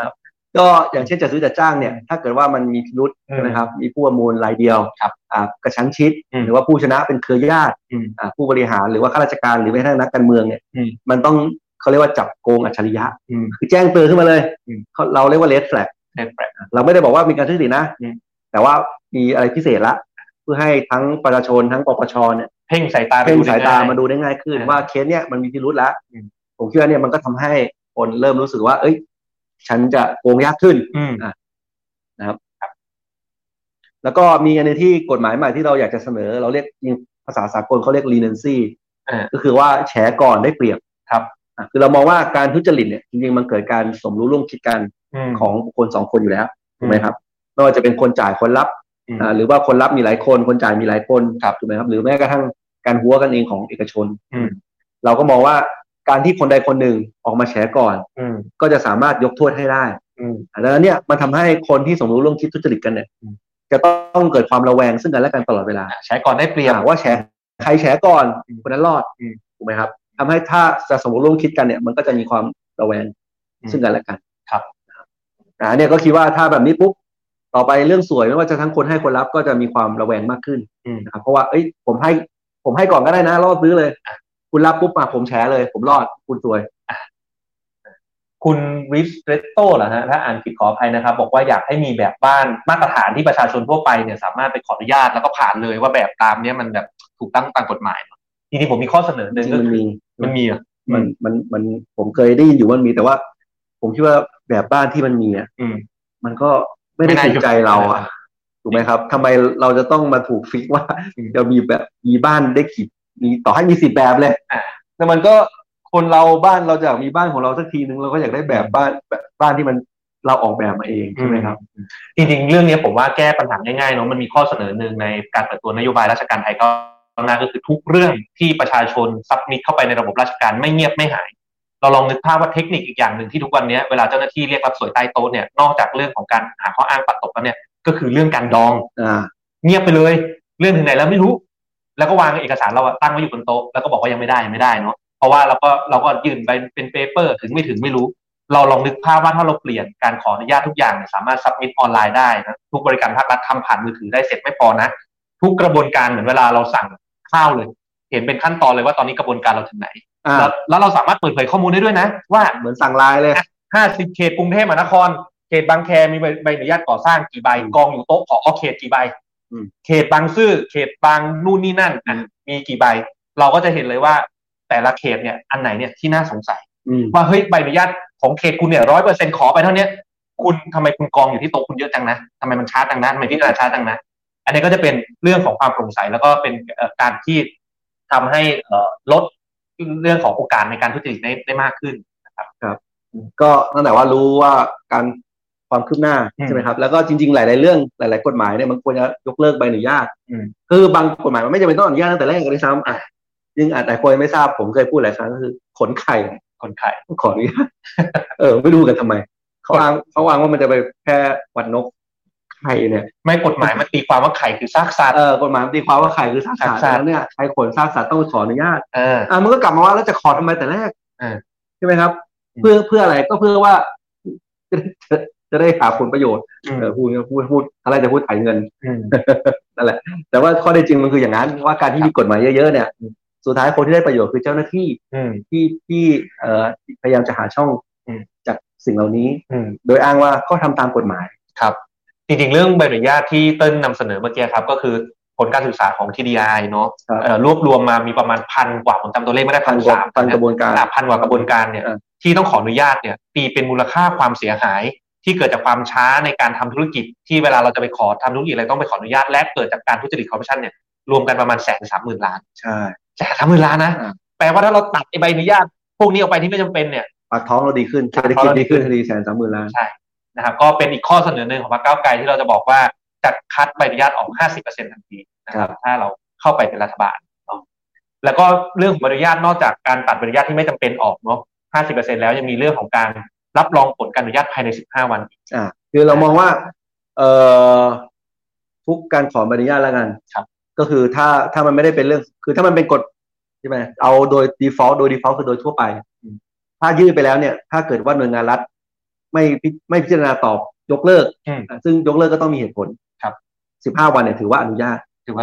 Speaker 2: ครับ ก็อย่างเช่นจัดซื้อจัดจ้างเนี่ย ถ้าเกิดว่ามันมีพิรุษนะครับ มีผู้ประมูลรายเดียว
Speaker 1: ครับ
Speaker 2: อ่ากระชั้นชิด
Speaker 1: อืม
Speaker 2: หรือว่าผู้ชนะเป็นเครือญาติ
Speaker 1: อืม
Speaker 2: อ่าผู้บริหารหรือว่าข้าราชการหรือแม้กระทั่งนักการเมืองเนี่ย
Speaker 1: อืม
Speaker 2: มันต้องเขาเรียกว่าจับโกงอัจฉริยะ
Speaker 1: อืม
Speaker 2: คือแจ้งเตือนขึ้นมาเลย
Speaker 1: อืม
Speaker 2: เขาเราเรียกว่าเลสแฟลก
Speaker 1: เป็นแปลก
Speaker 2: เราไม่ได้บอกว่ามีการทุจริตนะ
Speaker 1: อืม
Speaker 2: แต่ว่ามีอะไรพิเศษละ เพื่อให้ทั้งประชาชนทั้งปปชเนี่ย
Speaker 1: เพ่งสายตาไป
Speaker 2: เพ่ง
Speaker 1: ดูได้
Speaker 2: สายตามาดูได้ง่ายขึ้น
Speaker 1: อ่า
Speaker 2: ว่าเคสเนี่ยมันมีพิรุษแล้ว
Speaker 1: อืม
Speaker 2: ผมคิดว่าเนี่ยมันก็ทำให้คนเริ่มรู้สึกว่า เอ้ย ฉันจะโกงยากขึ้น
Speaker 1: อืม
Speaker 2: แล้วก็มีอันหนึงที่กฎหมายใหม่ที่เราอยากจะเสนอ เราเรียกจริงภาษาสากลเขาเรียก leniency
Speaker 1: อ่า
Speaker 2: ก็คือว่าแฉก่อนได้เปรียบ
Speaker 1: ครับ
Speaker 2: อ่ะคือเรามองว่าการทุจริตเนี่ยจริงๆมันเกิดการสมรู้ร่วมคิดกัน
Speaker 1: ม
Speaker 2: ของบุคคลสองคนอยู่แล้วถูกไหมครับไม่ว่าจะเป็นคนจ่ายคนรับ
Speaker 1: อืม
Speaker 2: อ่าหรือว่าคนรับมีหลายคนคนจ่ายมีหลายคน
Speaker 1: ครับ
Speaker 2: ถูกไหมครับ หรือแม้กระทั่งการหัวกันเองของเอกชน
Speaker 1: อืม
Speaker 2: เราก็มองว่าการที่คนใดคนหนึ่งออกมาแฉก่อน
Speaker 1: อืม
Speaker 2: ก็จะสามารถยกโทษให้ได้
Speaker 1: อืม
Speaker 2: อ่าดังนั้นเนี่ยมันทำให้คนที่สมรู้ร่วมคิดทุจริตกันเนี่ย
Speaker 1: อืม
Speaker 2: จะต้องเกิดความระแวงซึ่งกันและกันตลอดเวลา
Speaker 1: ใช้ก่อนได้เปรียบ
Speaker 2: อ่าว่าแฉใครแฉก่อนคนนั้นรอด
Speaker 1: อืม
Speaker 2: ถูกไหมครับทำให้ถ้าจะสมมติร่วมคิดกันเนี่ยมันก็จะมีความระแวง
Speaker 1: อืม
Speaker 2: ซึ่งกันและกัน
Speaker 1: ครับ
Speaker 2: อ่าเนี่ยก็คิดว่าถ้าแบบนี้ปุ๊บต่อไปเรื่องสวยไม่ว่าจะทั้งคนให้คนรับก็จะมีความระแวงมากขึ้น
Speaker 1: อืม
Speaker 2: นะครับเพราะว่าเอ้ยผมให้ผมให้ก่อนก็ได้นะ รอดซื้อเลย คุณรับปุ๊บมาผมแฉเลย ผมรอดคุณสวย
Speaker 1: คุณริสเรตโต้เหรอฮะถ้าอ่านผิดขออภัยนะครับ บอกว่าอยากให้มีแบบบ้านมาตรฐานที่ประชาชนทั่วไปเนี่ยสามารถไปขออนุญาตแล้วก็ผ่านเลยว่าแบบตามเนี้ยมันแบบถูกตั้งตามกฎหมายเนอะทีนี้ผมมีข้อเสนอห
Speaker 2: จ
Speaker 1: นึ่ง
Speaker 2: ริง
Speaker 1: ก็คือมั
Speaker 2: มันมี
Speaker 1: นมีอ่ะ
Speaker 2: มัน
Speaker 1: อืม
Speaker 2: มันมันผมเคยได้ยินอยู่ว่ามันมีแต่ว่า ผมคิดว่าแบบบ้านที่มันมีอ่ะ
Speaker 1: อืม
Speaker 2: มันก็ไม่ได้
Speaker 1: ไม่น่า
Speaker 2: ถูกใจเราอะ
Speaker 1: อยู่
Speaker 2: ถูกไหมครับทำไมเราจะต้องมาถูกฟิกว่า
Speaker 1: อืม
Speaker 2: จะมีแบบมีบ้านได้กี่มีต่อให้มีสิบแบบเลยแต่มันก็คนเราบ้านเราจะอยากมีบ้านของเราสักทีนึงเราก็อยากได้แบบบ้านแบบบ้านที่มันเราออกแบบมาเองใช่ไหมครับ
Speaker 1: จริงๆ เรื่องเนี้ยผมว่าแก้ปัญหาง่ายๆเนาะมันมีข้อเสนอหนึ่งในการเปิดตัวนโยบายราชการไทยก้าวหน้าก็คือทุกเรื่องที่ประชาชนซับมิดเข้าไปในระบบราชการไม่เงียบไม่หาย เราลองนึกภาพว่าเทคนิคอีกอย่างหนึ่งที่ทุกวันเนี้ยเวลาเจ้าหน้าที่เรียกรับสวยใต้โต๊ะเนี่ยนอกจากเรื่องของการหาข้ออ้างปัดตกแล้วเนี่ยก็คือเรื่องการดอง
Speaker 2: อ่า
Speaker 1: เงียบไปเลย เรื่องถึงไหนแล้วไม่รู้ แล้วก็วางเอกสารเราอะตั้งไว้อยู่บนโต๊ะแล้วก็บอกว่ายังไม่ได้ยังไม่ได้เนาะเพราะว่าเราก็เราก็ยื่นไปเป็นเปเปอร์ถึงไม่ถึงไม่รู้ เราลองนึกภาพว่าถ้าเราเปลี่ยนการขออนุญาตทุกอย่างเนี่ยสามารถซับมิดออนไลน์ได้นะทุกบริการภาครัฐทำผ่านมือถือได้เสร็จไม่พอนะ ทุกกระบวนการเหมือนเวลาเราสั่งข้าวเลย เห็นเป็นขั้นตอนเลยว่าตอนนี้กระบวนการเราถึงไหน
Speaker 2: อ่า
Speaker 1: แล้วแล้วเราสามารถเปิดเผยข้อมูลได้ด้วยนะ ว่า
Speaker 2: เหมือนสั่งลายเลย
Speaker 1: 50 เขตกรุงเทพมหานคร เขตบางแค มีใบใบอนุญาตก่อสร้างกี่ใบ กองอยู่โต๊ะขอเอาเขตกี่ใบ
Speaker 2: อืม
Speaker 1: เขตบางซื่อ เขตบางนู่นนี่นั่นอ่ะมีกี่ใบ เราก็จะเห็นเลยว่าแต่ละเขตเนี่ย อันไหนเนี่ยที่น่าสงสัย
Speaker 2: อืม
Speaker 1: ว่าเฮ้ยใบอนุญาตของเขตคุณเนี่ยร้อยเปอร์เซ็นขอไปเท่าเนี้ยคุณทำไมคุณกองอยู่ที่โต๊ะคุณเยอะจังนะทำไมมันช้าจังนะทำไมพิจารณาช้าจังนะ อันนี้ก็จะเป็นเรื่องของความโปร่งใสแล้วก็เป็นเอ่อการที่ทำให้เอ่อลดเรื่องของโอกาสในการทุจริตได้ได้มากขึ้น
Speaker 2: ก็นั่นแหละว่ารู้ว่าการความคืบหน้า
Speaker 1: อืม
Speaker 2: ใช่ไหมครับ แล้วก็จริงๆ หลาย ๆ เรื่องหลาย ๆ กฎหมายเนี่ยมันควรจะยกเลิกใบอนุญาต
Speaker 1: อืม
Speaker 2: คือบางกฎหมายมันไม่จำเป็นต้องอนุญาตตั้งแต่แรกก็ได้ซ้ำอ่ะยิ่งอาจแต่คนไม่ทราบผมเคยพูดหลายครั้งก็คือขนไข่
Speaker 1: คนไข้
Speaker 2: ต้องขออนุญาต เออ ไม่รู้กันทำไมเขาวางเขาวางว่ามันจะไปแพร่หวัดนกไข่เนี่ย
Speaker 1: ไม่กฎหมายมันตีความว่าไข่คือซากสัตว์
Speaker 2: เออกฎหมายมันตีความว่าไข่คือซากสัต
Speaker 1: ซาก
Speaker 2: ว์
Speaker 1: สัตว์
Speaker 2: แล้วเนี่ยใครขนซากสัตว์ต้องขออนุญาต
Speaker 1: เออ
Speaker 2: อ่ะมันก็กลับมาว่าแล้วจะขอทำไมแต่แรก
Speaker 1: อ่า
Speaker 2: ใช่ไหมครับ
Speaker 1: อืม
Speaker 2: เพื่อเพื่ออะไรก็เพื่อว่า จะจะจะได้หาผลประโยชน์
Speaker 1: อืม
Speaker 2: เออพูดพูดพูดอะไรจะพูดถ่ายเงิน
Speaker 1: อืม
Speaker 2: แต่ว่าข้อได้จริงมันคืออย่างนั้น ว่าการที่มีกฎหมายเยอะๆเนี่ย
Speaker 1: อืม
Speaker 2: สุดท้ายคนที่ได้ประโยชน์คือเจ้าหน้าที่
Speaker 1: อืม
Speaker 2: ที่ที่เอ่อพยายามจะหาช่อง
Speaker 1: อืม
Speaker 2: จากสิ่งเหล่านี้
Speaker 1: อืม
Speaker 2: โดยอ้างว่าก็ทำตามกฎหมาย
Speaker 1: ครับจริงๆ เรื่องใบอนุญาตที่เต้นนำเสนอเมื่อกี้ครับ ก็คือผลการศึกษาของ TDI เนาะ
Speaker 2: ครับ
Speaker 1: เอ่อรวบรวมมามีประมาณพันกว่าผมจำตัวเลขไม่ได้พั
Speaker 2: ตาน มกฎ
Speaker 1: สาม
Speaker 2: ตามกระบวนการ
Speaker 1: พันกว่ากระบวนการเนี่ย
Speaker 2: อ่า
Speaker 1: ที่ต้องขออนุญาตเนี่ยตีเป็นมูลค่าความเสียหาย ที่เกิดจากความช้าในการทำธุรกิจ ที่เวลาเราจะไปขอทำธุรกิจอะไรต้องไปขออนุญาตและเกิดจากการทุจริตคอร์รัปชันเนี่ยรวมกันประมาณแสนสามหมื่นล้าน
Speaker 2: ใช่
Speaker 1: แสนสามหมื่นล้านนะ
Speaker 2: อ่า
Speaker 1: แปลว่าถ้าเราตัดไอ้ใบอนุญาตพวกนี้ออกไปที่ไม่จำเป็นเนี่ย
Speaker 2: ปากท้องเราดีขึ้นเศรษฐ
Speaker 1: ปากท้อง
Speaker 2: กิจ
Speaker 1: เราดี
Speaker 2: ดี
Speaker 1: ขึ้
Speaker 2: ขึ้
Speaker 1: น
Speaker 2: นทีแสนสามหมื่นล้าน
Speaker 1: ใช่นะครับก็เป็นอีกข้อเสนอหนึ่งของพรรคก้าวไกลที่เราจะบอกว่าจะคัดใบอนุญาตออก 50%ทันทีนะครับถ้าเราเข้าไปเป็นรัฐบาลเนาะแล้วก็เรื่องของใบอนุญาตนอกจากการตัดใบอนุญาตที่ไม่จำเป็นออกเนาะ 50%แล้วยังมีเรื่องของการรับรองผลการอนุญาตภายใน 15 วันอีก
Speaker 2: อ่าคือเรามองว่า เอ่อทุกการขอใบอนุญาตแล้วกัน
Speaker 1: ครับ
Speaker 2: ก็คือถ้าถ้ามันไม่ได้เป็นเรื่อง คือถ้ามันเป็นกฎใช่ไหมเอาโดย default โดย default คือโดยทั่วไป ถ้ายื่นไปแล้วเนี่ย ถ้าเกิดว่าหน่วยงานรัฐ ไม่พิไม่พิจารณาตอบยกเลิก
Speaker 1: อืม
Speaker 2: ซึ่งยกเลิกก็ต้องมีเหตุผล
Speaker 1: ครับ
Speaker 2: สิบห้าวันเนี่ยถือว่าอนุญาต
Speaker 1: ถือว่า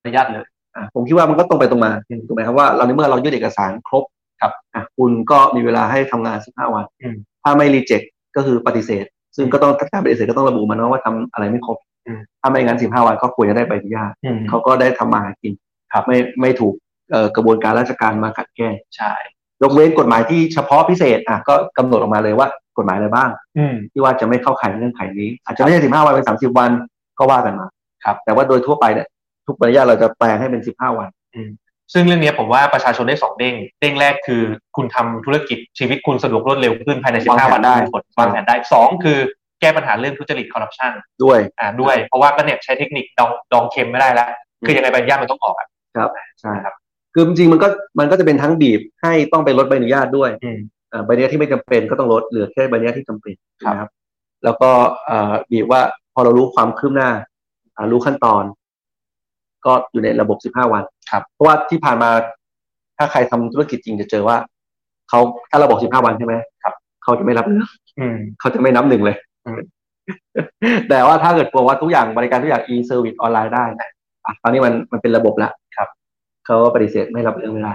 Speaker 1: อนุญาตเลย
Speaker 2: อ่ะผมคิดว่ามันก็ตรงไปตรงมา
Speaker 1: อืม
Speaker 2: ถูกไหมครับว่าเราในเมื่อเรายื่นเอกสารครบ
Speaker 1: ครับ
Speaker 2: อ่ะคุณก็มีเวลาให้ทำงานสิบห้าวัน
Speaker 1: อืม
Speaker 2: ถ้าไม่รีเจ็คก็คือปฏิเสธ ซึ่งก็ต้องถ้าการปฏิเสธก็ต้องระบุมาเนาะว่าทำอะไรไม่ครบถ้าไม่งั้นสิบห้าวันก็ควรจะได้ใบอนุญาต
Speaker 1: อืม
Speaker 2: เขาก็ได้ทำมาหากิน
Speaker 1: ครับ
Speaker 2: ไม่ไม่ถูกเอ่อกระบวนการราชการมาขัดแย้ง
Speaker 1: ใช่
Speaker 2: ยกเว้นกฎหมายที่เฉพาะพิเศษอ่ะก็กำหนดออกมาเลยว่ากฎหมายอะไรบ้าง
Speaker 1: อืม
Speaker 2: ที่ว่าจะไม่เข้าข่ายเงื่อนไขนี้ อาจจะไม่ใช่สิบห้าวันเป็นสามสิบวันก็ว่ากันมา
Speaker 1: ครับ
Speaker 2: แต่ว่าโดยทั่วไปเนี่ยทุกใบอนุญาตเราจะแปลงให้เป็นสิบห้าวัน
Speaker 1: ซึ่งเรื่องนี้ผมว่าประชาชนได้สองเด้ง เด้งแรกคือคุณทำธุรกิจชีวิตคุณสะดวกรวดเร็วขึ้นภายใน
Speaker 2: วางแผ
Speaker 1: 15
Speaker 2: น
Speaker 1: วัน
Speaker 2: ได้
Speaker 1: มีผลวางแผนได้สองคือแก้ปัญหาเรื่องทุจริตคอร์รัปชัน
Speaker 2: ด้วย
Speaker 1: อ่าด้วยเพราะว่าก็เนี่ยใช้เทคนิคดองดองเค็มไม่ได้แล้ว
Speaker 2: อืม
Speaker 1: คือยังไงใบอนุญาตมันต้องออกอ่ะ
Speaker 2: ใช่
Speaker 1: ครับ
Speaker 2: คือจริงๆมันก็มันก็จะเป็นทั้งบีบให้ต้องไปลดใบอนุญาตด้วย
Speaker 1: อืม
Speaker 2: อ่าใบอนุญาตที่ไม่จำเป็นก็ต้องลดเหลือแค่ใบอนุญาตที่จำเป็น
Speaker 1: ครับ
Speaker 2: นะครับ แล้วก็อ่าบีบว่าพอเรารู้ความคืบหน้าอ่ารู้ขั้นตอน ก็อยู่ในระบบ 15 วัน
Speaker 1: ครับ
Speaker 2: เพราะว่าที่ผ่านมาถ้าใครทำธุรกิจจริงจะเจอว่าเขาถ้าเราบอก 15 วันใช่ไหม
Speaker 1: ครับ
Speaker 2: เขาจะไม่รับเรื่อง
Speaker 1: อืม
Speaker 2: เขาจะไม่นับหนึ่งเลย
Speaker 1: อืม
Speaker 2: แต่ว่าถ้าเกิดบอกว่าทุกอย่างบริการทุกอย่าง e-service ออนไลน์ได้นะอ่ะตอนนี้มันมันเป็นระบบแล้ว
Speaker 1: ครับ
Speaker 2: เขาก็ปฏิเสธไม่รับเรื่องไม่ได้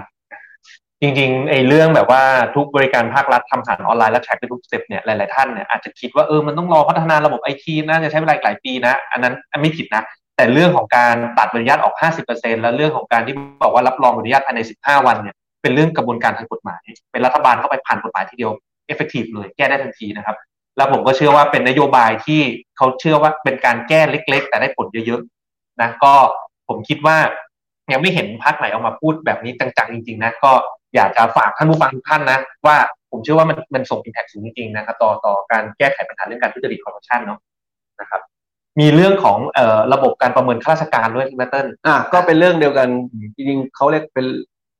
Speaker 1: จริงๆไอ้เรื่องแบบว่าทุกบริการภาครัฐทำผ่านออนไลน์และแท็กไปทุกสเต็ปเนี่ยหลายๆท่านเนี่ยอาจจะคิดว่าเออมันต้องรอพัฒนาระบบไอทีน่าจะใช้เวลาอีกหลายปีนะ อันนั้นอันไม่ผิดนะ แต่เรื่องของการตัดใบอนุญาตออก 50%แล้วเรื่องของการที่บอกว่ารับรองใบอนุญาตภายใน 15 วันเนี่ยเป็นเรื่องกระบวนการทางกฎหมาย เป็นรัฐบาลเข้าไปผ่านกฎหมายทีเดียว effective เลยแก้ได้ทันทีนะครับ แล้วผมก็เชื่อว่าเป็นนโยบายที่เขาเชื่อว่าเป็นการแก้เล็ก ๆ แต่ได้ผลเยอะๆนะก็ผมคิดว่ายังไม่เห็นพักไหนออกมาพูดแบบนี้จังๆจริง ๆ นะ ก็อยากจะฝากท่านผู้ฟังทุกท่านนะ ว่าผมเชื่อว่ามันมันส่งอิมแพคสูงจริงๆนะครับต่อต่อการแก้ไขปัญหาเรื่องการทุจริตคอร์รัปชันเนาะนะครับ มีเรื่องของเอ่อระบบการประเมินข้าราชการด้วยที่แมตเติ้ล
Speaker 2: อ่ะก็เป็นเรื่องเดียวกัน
Speaker 1: อืม
Speaker 2: จริงๆเขาเรียกเป็น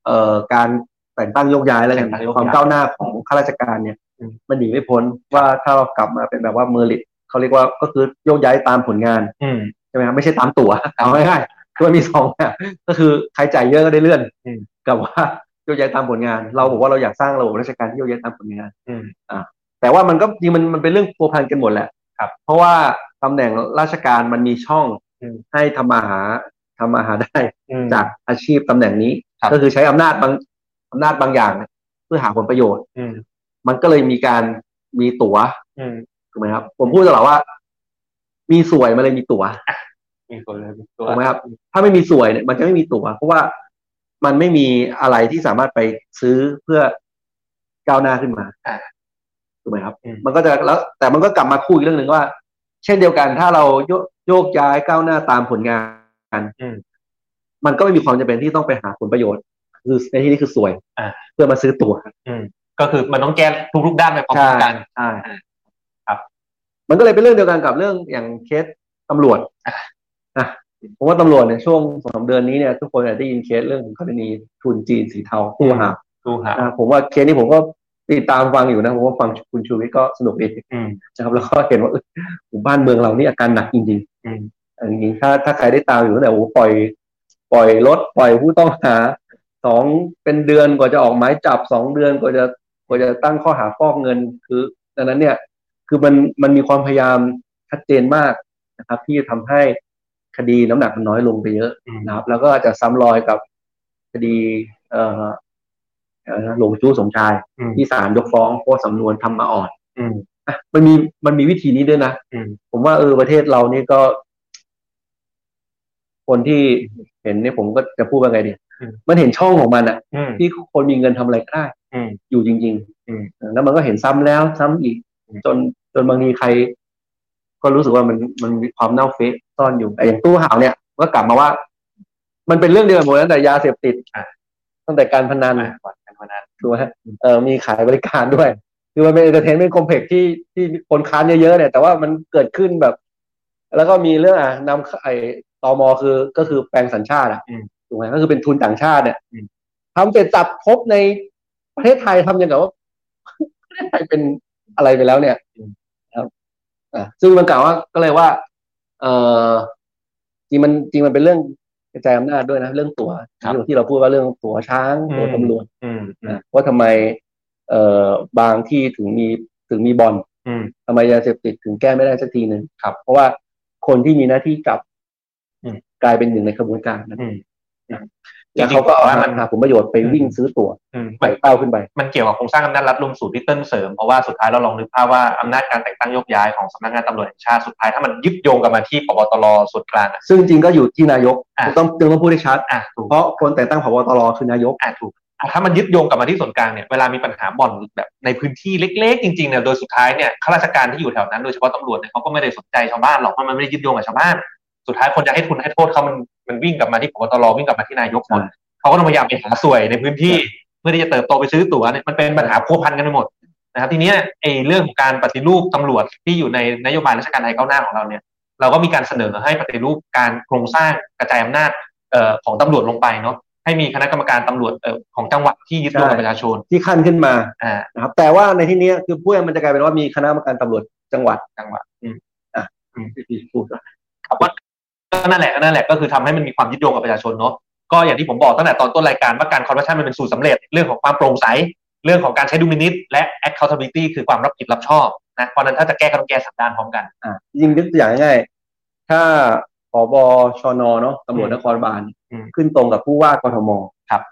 Speaker 2: เอ่อการแต่งตั้งโยกย้ายแล้วกัน
Speaker 1: แต่งตั้งโยกย้ายว
Speaker 2: คามก้าวหน้าของข้าราชการเนี่ย
Speaker 1: อืม
Speaker 2: มันหนีไม่พ้นว่าถ้าเรากลับมาเป็นแบบว่าเมอริตเขาเรียกว่าก็คือโยกย้ายตามผลงาน
Speaker 1: อืม
Speaker 2: ใช่ไหมครับไม่ใช่ตามตั๋ว เอาง่ายๆคือมันมีสองแบบก็คือใครจ่ายเยอะก็ได้เลื่อน
Speaker 1: อืม
Speaker 2: กับว่าโยกย้ายตามผลงาน เราบอกว่าเราอยากสร้างระบบราชการที่โยกย้ายตามผลงาน
Speaker 1: อืม
Speaker 2: แต่ว่ามันก็จริงมันมันเป็นเรื่องพัวพันกันหมดแหละ
Speaker 1: ครับ
Speaker 2: เพราะว่าตำแหน่งราชการมันมีช่อง
Speaker 1: อืม
Speaker 2: ให้ทำมาหาทำมาหาได้
Speaker 1: อืม
Speaker 2: จากอาชีพตำแหน่งนี้
Speaker 1: ครับ
Speaker 2: ก็คือใช้อำนาจบางอำนาจบางอย่างเนี่ยเพื่อหาผลประโยชน์
Speaker 1: อืม
Speaker 2: มันก็เลยมีการมีตั๋ว
Speaker 1: อืม
Speaker 2: ถูกไหมครับ ผมพูดตลอดว่า มีสวยมันเลยมีตั๋ว
Speaker 1: มีตัวเลยมีตัว
Speaker 2: ถูกไหมครับ ถ้าไม่มีสวยเนี่ยมันจะไม่มีตั๋ว เพราะว่ามันไม่มีอะไรที่สามารถไปซื้อเพื่อก้าวหน้าขึ้นมา
Speaker 1: อ่า
Speaker 2: ถูกไหมครับ
Speaker 1: อืม
Speaker 2: มันก็จะแล้ว แต่มันก็กลับมาคู่อีกเรื่องหนึ่งว่า เช่นเดียวกันถ้าเรายก โยกย้ายก้าวหน้าตามผลงาน
Speaker 1: อืม
Speaker 2: มันก็ไม่มีความจำเป็นที่ต้องไปหาผลประโยชน์ คือในที่นี้คือสวย
Speaker 1: อ่า
Speaker 2: เพื่อมาซื้อตั๋ว
Speaker 1: ก็คือมันต้องแก้ทุกๆด้านในความต้องการ
Speaker 2: ใช่
Speaker 1: อ่าครับ
Speaker 2: มันก็เลยเป็นเรื่องเดียวกันกับเรื่องอย่างเคสตำรวจ
Speaker 1: อ่ะ
Speaker 2: อ่ะผมว่าตำรวจเนี่ยช่วงสองสามเดือนนี้เนี่ยทุกคนอาจจะได้ยินเคสเรื่องของกรณีทุนจีนสีเทาตู้ห่าว
Speaker 1: ดูฮะ
Speaker 2: นะผมว่าเคสนี้ผมก็ติดตามฟังอยู่นะ ผมว่าฟังคุณชูวิทย์ก็สนุกดี
Speaker 1: อืม
Speaker 2: นะครับแล้วก็เห็นว่าเออโอ้บ้านเมืองเรานี่อาการหนักจริงๆ
Speaker 1: อืม
Speaker 2: อันนี้ถ้าถ้าใครได้ตามอยู่ตั้งแต่โอ้โหปล่อย ปล่อยรถปล่อยผู้ต้องหาสองเป็นเดือนกว่าจะออกหมายจับสองเดือนกว่าจะกว่าจะตั้งข้อหาฟอกเงินคือดังนั้นเนี่ย คือมันมันมีความพยายามชัดเจนมากนะครับ ที่จะทำให้คดีน้ำหนักมันน้อยลงไปเยอะ
Speaker 1: อืม
Speaker 2: นะครับ แล้วก็อาจจะซ้ำรอยกับคดี เอ่อเอ่อหลงจู้สมชาย
Speaker 1: อืม
Speaker 2: ที่ศาลยกฟ้องเพราะสำนวนทำมาอ่อน
Speaker 1: อืม
Speaker 2: มันมีมันมีวิธีนี้ด้วยนะ
Speaker 1: อืม
Speaker 2: ผมว่าเออประเทศเรานี่ก็ คนที่เห็นเนี่ยผมก็จะพูดว่าไงดี
Speaker 1: อืม
Speaker 2: มันเห็นช่องของมันอะ
Speaker 1: อืม
Speaker 2: ที่คนมีเงินทำอะไรก็ได้
Speaker 1: อืม
Speaker 2: อยู่จริง
Speaker 1: อืม
Speaker 2: ๆแล้วมันก็เห็นซ้ำแล้วซ้ำอีก
Speaker 1: อืม
Speaker 2: จนจนบางทีใคร ก็รู้สึกว่ามันมันมีความเน่าเฟะซ่อนอยู่แต่อย่างตู้ห่าวเนี่ยก็กลับมาว่า มันเป็นเรื่องเดียวกันหมดตั้งแต่ยาเสพติดตั้งแต่การพนัน
Speaker 1: อ่ะก่อนกันวันนั้น
Speaker 2: ถูกไหมเออมีขายบริการด้วย คือมันเป็นเอนเตอร์เทนเมนต์คอมเพล็กซ์ที่ที่คนค้านเยอะๆเนี่ย แต่ว่ามันเกิดขึ้นแบบ แล้วก็มีเรื่องอ่ะนำไอ้ตอมอคือก็คือแปลงสัญชาติอ่ะ
Speaker 1: อืม
Speaker 2: ถูกไหมก็คือเป็นทุนต่างชาติเนี่ย
Speaker 1: อืม
Speaker 2: ทำเสร็จจับพบในประเทศไทยทำอย่างกับ ว่า ประเทศไทยเป็นอะไรไปแล้วเนี่ยครับอ่ะซึ่งมันกล่าวว่าก็เลยว่า เออจริงมันจริงมันเป็นเรื่องกระจายอำนาจด้วยนะเรื่องตัวที่ที่เราพูดว่าเรื่องตัวช้างตัวตำรวจ
Speaker 1: อืมอืม
Speaker 2: นะว่าทำไมเอ่อบางที่ถึงมีถึงมีบอล
Speaker 1: อืม
Speaker 2: ทำไมยาเสพติดถึงแก้ไม่ได้สักทีหนึ่ง
Speaker 1: ครับ
Speaker 2: เพราะว่าคนที่มีหน้าที่จับ
Speaker 1: อืม
Speaker 2: กลายเป็นหนึ่งในขบวนการนะ
Speaker 1: อืม
Speaker 2: แล้วเขาก็เอา
Speaker 1: จริงๆว่ามัน
Speaker 2: หาผลประโยชน์ไปวิ่งซื้อตั๋ว
Speaker 1: อืม
Speaker 2: ไต่เต้าขึ้นไป
Speaker 1: มันเกี่ยวกับโครงสร้างอำนาจรัฐรวมสูตรที่เติ้ลเสริม เพราะว่าสุดท้ายเราลองนึกภาพว่าอำนาจการแต่งตั้งโยกย้ายของสำนักงานตำรวจแห่งชาติสุดท้ายถ้ามันยึดโยงกลับมาที่ปบตรส่วนกลางอะ
Speaker 2: ซึ่งจริงก็อยู่ที่นายก
Speaker 1: อ่ะ
Speaker 2: ต้องจึงต้องพูดให้ชัด
Speaker 1: อ่ะถูก
Speaker 2: เพราะคนแต่งตั้งผบตรคือนายก
Speaker 1: อ่ะถูกอ่ะถ้ามันยึดโยงกลับมาที่ส่วนกลางเนี่ยเวลามีปัญหาบ่อนแบบในพื้นที่เล็ก ๆ จริงๆเนี่ยโดยสุดท้ายเนี่ยข้าราชการที่อยู่แถวนั้นโดยเฉพาะตำรวจเนี่ยเขาก็ไม่ได้สนใจชาวบ้านหรอกเพราะมันไม่ได้ยึดโยงกับชาวบ้าน สุดท้ายคนจะให้ทุนให้โทษเขามันมันวิ่งกลับมาที่ปบตรวิ่งกลับมาที่นายกหมด
Speaker 2: ใช่
Speaker 1: เขาก็ต้องพยายามไปหาสวยในพื้นที่ เพื่อที่จะเติบโตไปซื้อตั๋วเนี่ยมันเป็นปัญหาพัวพันกันไปหมดนะครับทีเนี้ยไอ้เรื่องของการปฏิรูปตำรวจที่อยู่ในนโยบายราชการไทยก้าวหน้าของเราเนี่ย เราก็มีการเสนอให้ปฏิรูปการโครงสร้างกระจายอำนาจเอ่อของตำรวจลงไปเนาะให้มีคณะกรรมการตำรวจเอ่อของจังหวัดที่ยึดโยงกับประชาชน
Speaker 2: ที่ขั้นขึ้นมา
Speaker 1: อ่า
Speaker 2: นะครับ แต่ว่าในที่เนี้ยคือพูดมันจะกลายเป็นว่ามีคณะกรรมการตำรวจจังหวัด
Speaker 1: จังหวัดอืม
Speaker 2: พูด
Speaker 1: ครับว่าก็นั่นแหละก็นั่นแหละก็คือทำให้มันมีความยึดโยงกับประชาชนเนาะก็อย่างที่ผมบอกตั้งแต่ตอนต้นรายการว่าการคอร์รัปชันมันเป็นสูตรสำเร็จเรื่องของความโปร่งใส เรื่องของการใช้ดุลพินิษและ accountability คือความรับผิดรับชอบนะเพราะฉะนั้นถ้าจะแก้ก็ต้องแก้สามด้านพร้อมกัน
Speaker 2: อ่ะยิ่งยกตัวอย่างง่ายๆถ้าผบชนเนาะตำรวจนครบาล
Speaker 1: อืม
Speaker 2: ขึ้นตรงกับผู้ว่ากทม
Speaker 1: ครับ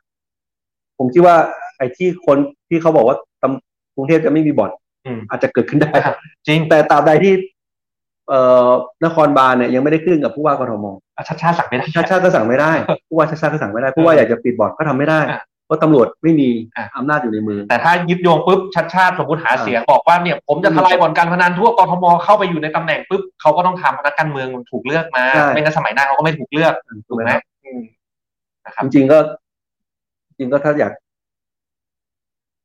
Speaker 2: ผมคิดว่าไอ้ที่คนที่เขาบอกว่าตำกรุงเทพจะไม่มีบ่อน
Speaker 1: อืม
Speaker 2: อาจจะเกิดขึ้นได้
Speaker 1: จริง
Speaker 2: แต่ตราบใดที่เอ่อนครบาลเนี่ยยังไม่ได้ขึ้นกับผู้ว่ากทม
Speaker 1: อาชาติชาติสั่งไม่ได้
Speaker 2: ชาติชาติก็สั่งไม่ได้ ผู้ว่าชาติชาติก็สั่งไม่ได้ผู้ว่าอยากจะปิดบ่อนก็ทำไม่ได้
Speaker 1: อ่ะ
Speaker 2: เพราะตำรวจไม่มี
Speaker 1: อ่ะ
Speaker 2: อำนาจอยู่ในมือ
Speaker 1: แต่ถ้ายึดโยงปุ๊บชาติชาติสมมติหาเสียงบอกว่าเนี่ยผมจะทลายบ่อนการพนันทั่วกทมเข้าไปอยู่ในตำแหน่งปุ๊บเขาก็ต้องทำพนักการเมืองถูกเลือกมา
Speaker 2: ใช่
Speaker 1: ไม่งั้นสมัยหน้าเขาก็ไม่ถูกเลือกถูกไหมอืมนะครับ
Speaker 2: จริงๆก็ จริงๆก็ถ้าอยาก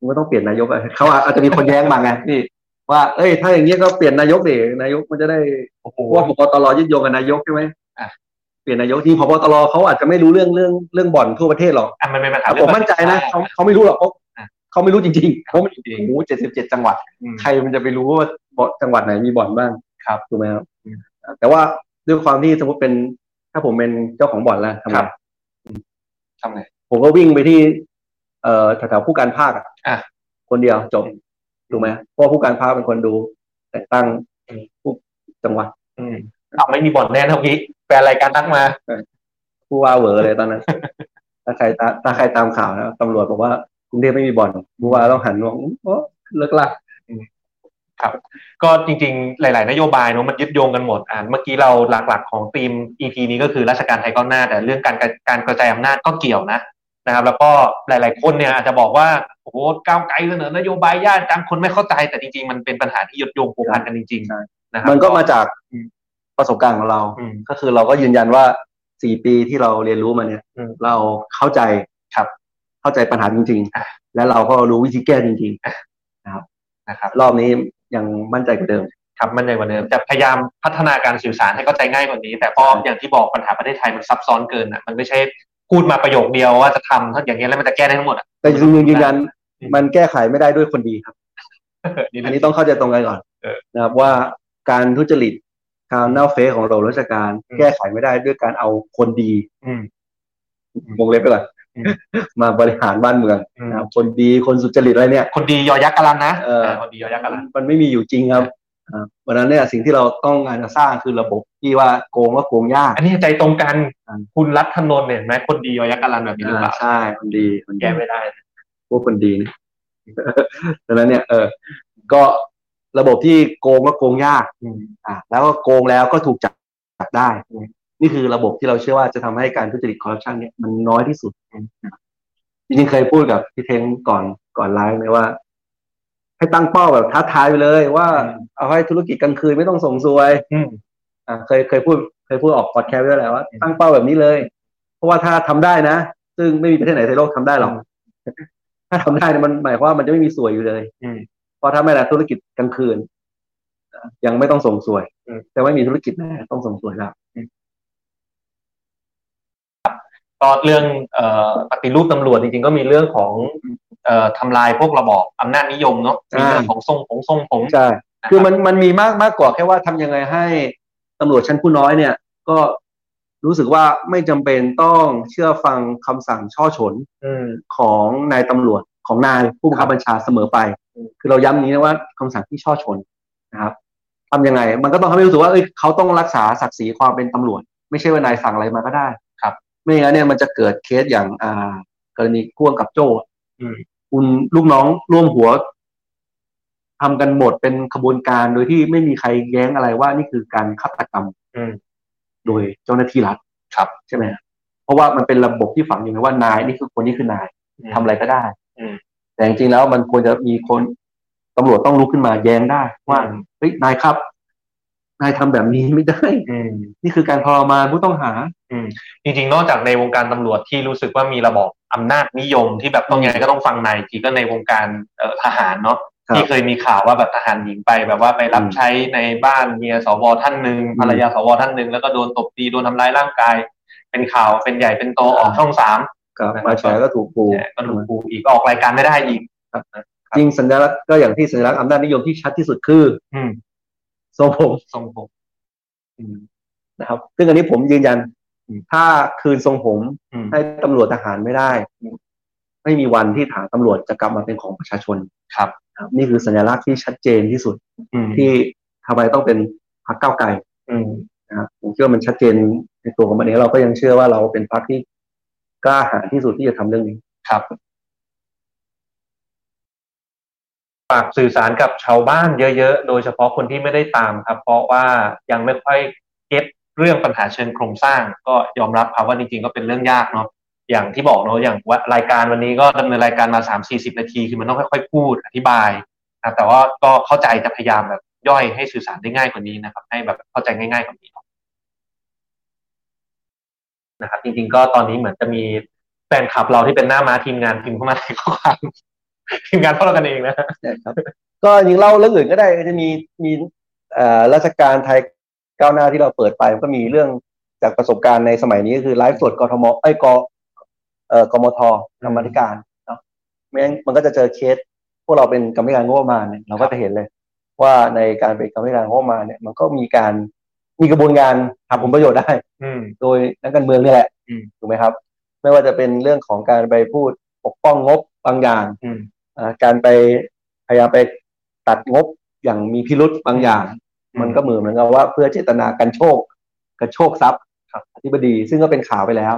Speaker 2: มันก็ต้องเปลี่ยนนายกอะเขาอาจจะมีคนแย้งมาไงพี่ว่าเอ้ยถ้าอย่างเงี้ยก็เปลี่ยนนายกดินายกมันจะได้
Speaker 1: โอ้โห
Speaker 2: เพราะว่าพบตรยึดโยงกับนายกใช่ไหม
Speaker 1: อ่ะ
Speaker 2: เปลี่ยนนายกที่พบตรเขาอาจจะไม่รู้เรื่องเรื่องเรื่องบ่อนทั่วประเทศหรอก
Speaker 1: อ่ะมันเป็นปัญหา
Speaker 2: แต่
Speaker 1: เรื่อ
Speaker 2: ผ
Speaker 1: ง
Speaker 2: มมั่นใจนะ
Speaker 1: อ่
Speaker 2: เขาเขาไม่รู้หรอกเขา
Speaker 1: อ่ะ
Speaker 2: เขาไม่รู้จริงๆเพราะมัน
Speaker 1: จริง
Speaker 2: โอ้โหเจ็ดสิบเจ็ดจังหวัด
Speaker 1: อืม
Speaker 2: ใครมันจะไปรู้ว่าบ่อนจังหวัดไหนมีบ่อนบ้าง
Speaker 1: ครับ
Speaker 2: ถูกไหมครับ
Speaker 1: อืม
Speaker 2: แต่ว่าด้วยความที่สมมติเป็น ถ้าผมเป็นเจ้าของบ่อนแล้วทำไง
Speaker 1: ครับ ทำไง
Speaker 2: ผมก็วิ่งไปที่ เอ่อแถวๆผู้การภาคอะ
Speaker 1: อ่ะ
Speaker 2: คนเดียวจบ
Speaker 1: อืม
Speaker 2: ถูกไหมเพราะว่าผู้การภาคเป็นคนดู แต่งตั้ง
Speaker 1: อืม
Speaker 2: ผู้จังหวัด
Speaker 1: อืมเอาไม่มีบ่อนแน่นะพี่แฟนรายการทักมา
Speaker 2: ผู้ว่าเหวอเลยต อนนั้น ถ้าใครตาถ้าใครตามข่าวนะตำรวจบอกว่ากรุงเทพไม่มีบ่อนผู้ว่าต้องหันมองอุ๊ยโอ้เลิกละ
Speaker 1: ก็จริงๆ หลาย ๆ นโยบายเนอะมันยึดโยงกันหมดอ่าเมื่อกี้เราหลักๆของธีม EP นี้ก็คือราชการไทยก้าวหน้า แต่เรื่องการกระการกระจายอำนาจก็เกี่ยวนะนะครับ แล้วก็หลาย ๆ คนเนี่ยอาจจะบอกว่าโอ้โหก้าวไกลเสนอนโยบายยากจังคนไม่เข้าใจแต่จริงๆ มันเป็นปัญหาที่ยึดโยงผูกพันกันจริง
Speaker 2: ใช่
Speaker 1: ๆนะครับ
Speaker 2: มันก็มาจาก
Speaker 1: อืม
Speaker 2: ประสบการณ์ของเรา
Speaker 1: อืม
Speaker 2: ก็คือเราก็ยืนยันว่าสี่ปีที่เราเรียนรู้มาเนี่ย
Speaker 1: อืม
Speaker 2: เราเข้าใจ
Speaker 1: ครับ
Speaker 2: เข้าใจปัญหาจริง
Speaker 1: อ่ะ
Speaker 2: ๆ และเราก็รู้วิธีแก้จริง
Speaker 1: นะครับ
Speaker 2: ๆ รอบนี้ยังมั่นใจกว่าเดิม
Speaker 1: ครับมันใหญ่กว่าเดิมจะพยายามพัฒนาการสื่อสารให้เข้าใจง่ายกว่านี้ แต่ก็อย่างที่บอกปัญหาประเทศไทยมันซับซ้อนเกินอ่ะมันไม่ใช่พูดมาประโยคเดียวว่าจะทำถ้าอย่างนี้ยแล้วมันจะแก้ได้ทั้งหมดอ่ะ
Speaker 2: แต่จริงๆยืนยัน
Speaker 1: อืม
Speaker 2: มันแก้ไขไม่ได้ด้วยคนดีครับ อันนี้ต้องเข้าใจตรงกันก่อน
Speaker 1: เออ
Speaker 2: นะครับว่าการทุจริตการเน่าเฟะของเราราชการ
Speaker 1: อืม
Speaker 2: แก้ไขไม่ได้ด้วยการเอาคนดี
Speaker 1: อืม
Speaker 2: วงเล็บไปก่อน
Speaker 1: อืม
Speaker 2: มาบริหารบ้านเมือง
Speaker 1: อืม
Speaker 2: นะครับคนดีคนสุจริตอะไรเนี่ย
Speaker 1: คนดียอยักษ์กะลันนะ
Speaker 2: เออ
Speaker 1: เออคนดียอยักษ์กะลัน
Speaker 2: มันไม่มีอยู่จริงครับอ่าวันนั้นเนี่ยสิ่งที่เราต้องการจะสร้างคือระบบที่ว่าโกงก็โกงยาก
Speaker 1: อันนี้ใจตรงกัน
Speaker 2: อ่า
Speaker 1: คุณรัฐนนท์เนี่ยเห็นไหมคนดียอยักษ์กะลันแบบนี้หรือเปล่า
Speaker 2: อ่าใช่คนดีคนดี
Speaker 1: แก้ไม่ได้
Speaker 2: พวกคนดี เนี่ย ดังนั้นเนี่ยเออ ก็ระบบที่โกงก็โกงยาก อ่ะแล้วก็โกงแล้วก็ถูกจับจับได้
Speaker 1: อืม
Speaker 2: นี่คือระบบที่เราเชื่อว่าจะทำให้การทุจริตคอร์รัปชันเนี่ยมันน้อยที่สุด
Speaker 1: อืม
Speaker 2: จริงๆเคยพูดกับพี่เทงก่อนก่อนไลฟ์เลยว่า ให้ตั้งเป้าแบบท้าทายไปเลย ว่าเอาให้ธุรกิจกลางคืนไม่ต้องส่งซวย
Speaker 1: อืม
Speaker 2: อ่าเคยเคยพูดเคยพูดออกพอดแคสต์ไว้แล้วแหละว่า
Speaker 1: อืม
Speaker 2: ตั้งเป้าแบบนี้เลย เพราะว่าถ้าทำได้นะ ซึ่งไม่มีประเทศไหนในโลกทำได้หรอก
Speaker 1: อืม
Speaker 2: ถ้าทำได้เนี่ยมันหมายความว่ามันจะไม่มีสวยอยู่เลย
Speaker 1: อืม
Speaker 2: เพราะถ้าไม่ละธุรกิจกลางคืนอ่ะยังไม่ต้องส่งสวย
Speaker 1: อืม
Speaker 2: แต่ว่ามีธุรกิจแน่ต้องส่งสวยแล้ว
Speaker 1: ก็เรื่องเอ่อปฏิรูปตำรวจจริงๆก็มีเรื่องของเอ่อทำลายพวกระบอบอำนาจนิยมเนาะมีเรื่องของทรงผงทรงผง
Speaker 2: ใช่คือมันมันมีมากมากกว่าแค่ว่าทำยังไงให้ตำรวจชั้นผู้น้อยเนี่ย ก็รู้สึกว่าไม่จำเป็นต้องเชื่อฟังคำสั่งช่อฉน
Speaker 1: อืม
Speaker 2: ของนายตำรวจของนายผู้บังคับบัญชาเสมอไป
Speaker 1: อืม
Speaker 2: คือเราย้ำอย่างนี้นะว่าคำสั่งที่ช่อชนนะครับทำยังไง มันก็ต้องทำให้รู้สึกว่าเอ้ยเขาต้องรักษาศักดิ์ศรีความเป็นตำรวจ ไม่ใช่ว่านายสั่งอะไรมาก็ได้ไม่อย่างนั้นเนี่ยมันจะเกิดเคสอย่างอ่ากรณีพ่วงกับโจ้
Speaker 1: อืม
Speaker 2: คุณลูกน้องร่วมหัวทำกันหมดเป็นขบวนการโดยที่ไม่มีใครแย้งอะไรว่านี่คือการฆาตกรรม
Speaker 1: อืม
Speaker 2: โดยเจ้าหน้าที่รัฐ
Speaker 1: ครับ
Speaker 2: ใช่ไหมเพราะว่ามันเป็นระบบที่ฝังอยู่ในว่านายนี่คือคนนี้คือนาย ทำอะไรก็ได้
Speaker 1: อืม
Speaker 2: แต่จริงๆแล้วมันควรจะมีคนตำรวจต้องลุกขึ้นมาแย้งได้ ว่าเฮ้ยนายครับ นายทำแบบนี้ไม่ได้
Speaker 1: อืม
Speaker 2: นี่คือการทรมานผู้ต้องหา
Speaker 1: จริงๆ นอกจากในวงการตำรวจที่รู้สึกว่ามีระบอบอำนาจนิยมที่แบบต้องยังไงก็ต้องฟังนายอีกทีก็ในวงการเอ่อทหารเนาะ
Speaker 2: ครับ
Speaker 1: ที่เคยมีข่าวว่าแบบทหารหญิงไป แบบว่าไปรับ
Speaker 2: อืม
Speaker 1: ใช้ในบ้านเมียสวท่านหนึ่งภรรยาสวท่านหนึ่งแล้วก็โดนตบตีโดนทำร้ายร่างกาย เป็นข่าวเป็นใหญ่เป็นโตออก
Speaker 2: อ่า
Speaker 1: ช่องสาม
Speaker 2: ครับ
Speaker 1: นะครับ
Speaker 2: มาแฉก็ถูกปู
Speaker 1: เนี่ยก็ถูกปูอีกออกรายการไม่ได้อีก
Speaker 2: จริงสัญลักษณ์ก็อย่างที่สัญลักษณ์อำนาจนิยมที่ชัดที่สุดคือ
Speaker 1: อืม
Speaker 2: ทรงผม
Speaker 1: ทรงผมอืม
Speaker 2: นะครับ ซึ่งอันนี้ผมยืนยัน
Speaker 1: อืม
Speaker 2: ถ้าคืนทรงผม
Speaker 1: อืม
Speaker 2: ให้ตำรวจทหารไม่ได้
Speaker 1: อืม
Speaker 2: ไม่มีวันที่ฐานตำรวจจะกลับมาเป็นของประชาชน
Speaker 1: ครับ
Speaker 2: นะครับนี่คือสัญลักษณ์ที่ชัดเจนที่สุด
Speaker 1: อืม
Speaker 2: ที่ทำไมต้องเป็นพรรคก้าวไกล
Speaker 1: อืม
Speaker 2: นะครับผมเชื่อมันชัดเจนในตัวของมันเองเราก็ยังเชื่อว่าเราเป็นพรรคที่กล้าหาญที่สุดที่จะทำเรื่องนี้
Speaker 1: ครับฝากสื่อสารกับชาวบ้านเยอะๆ โดยเฉพาะคนที่ไม่ได้ตามครับ เพราะว่ายังไม่ค่อยเก็ตเรื่องปัญหาเชิงโครงสร้าง ก็ยอมรับครับว่าจริงๆก็เป็นเรื่องยากเนาะอย่างที่บอกเนาะอย่างว่ารายการวันนี้ก็ดำเนินรายการมาสามสี่สิบนาที คือมันต้องค่อยๆพูดอธิบายนะครับแต่ว่าก็เข้าใจจะพยายามแบบย่อยให้สื่อสารได้ง่ายกว่านี้นะครับ ให้แบบเข้าใจง่ายๆกว่านี้นะครับ จริง ๆ ก็ตอนนี้เหมือนจะมี แฟนคลับเราที่เป็นหน้าม้าทีมงานพิมพ์เข้ามาในข้อความ ทีมงานพวกเรากันเองนะ
Speaker 2: นะครับ ก็ยิงเล่าเรื่องอื่นก็ได้ก็จะมีมีเอ่อราชการไทยก้าวหน้าที่เราเปิดไปมันก็มีเรื่องจากประสบการณ์ในสมัยนี้ก็คือไลฟ์สดกทมไอ้ยกเอ่อกมทกรรมาธิการเนาะไม่งั้นมันก็จะเจอเคส พวกเราเป็นกรรมาธิการงบประมาณเนี่ยเราก็จะเห็นเลย ว่าในการเป็นกรรมาธิการงบประมาณเนี่ยมันก็มีการมีกระบวนการทำผลประโยชน์ได้
Speaker 1: อืม
Speaker 2: โดยนักการเมืองนี่แหละ
Speaker 1: อืม
Speaker 2: ถูกไหมครับ ไม่ว่าจะเป็นเรื่องของการไปพูดปกป้องงบบางอย่าง
Speaker 1: อืม
Speaker 2: อ่าการไปพยายามไปตัดงบอย่างมีพิรุษบางอย่าง มันก็เหมือนเหมือนกับว่าเพื่อเจตนาการโชคกันโชคทรัพย์
Speaker 1: ครับ
Speaker 2: อธิบดีซึ่งก็เป็นข่าวไปแล้ว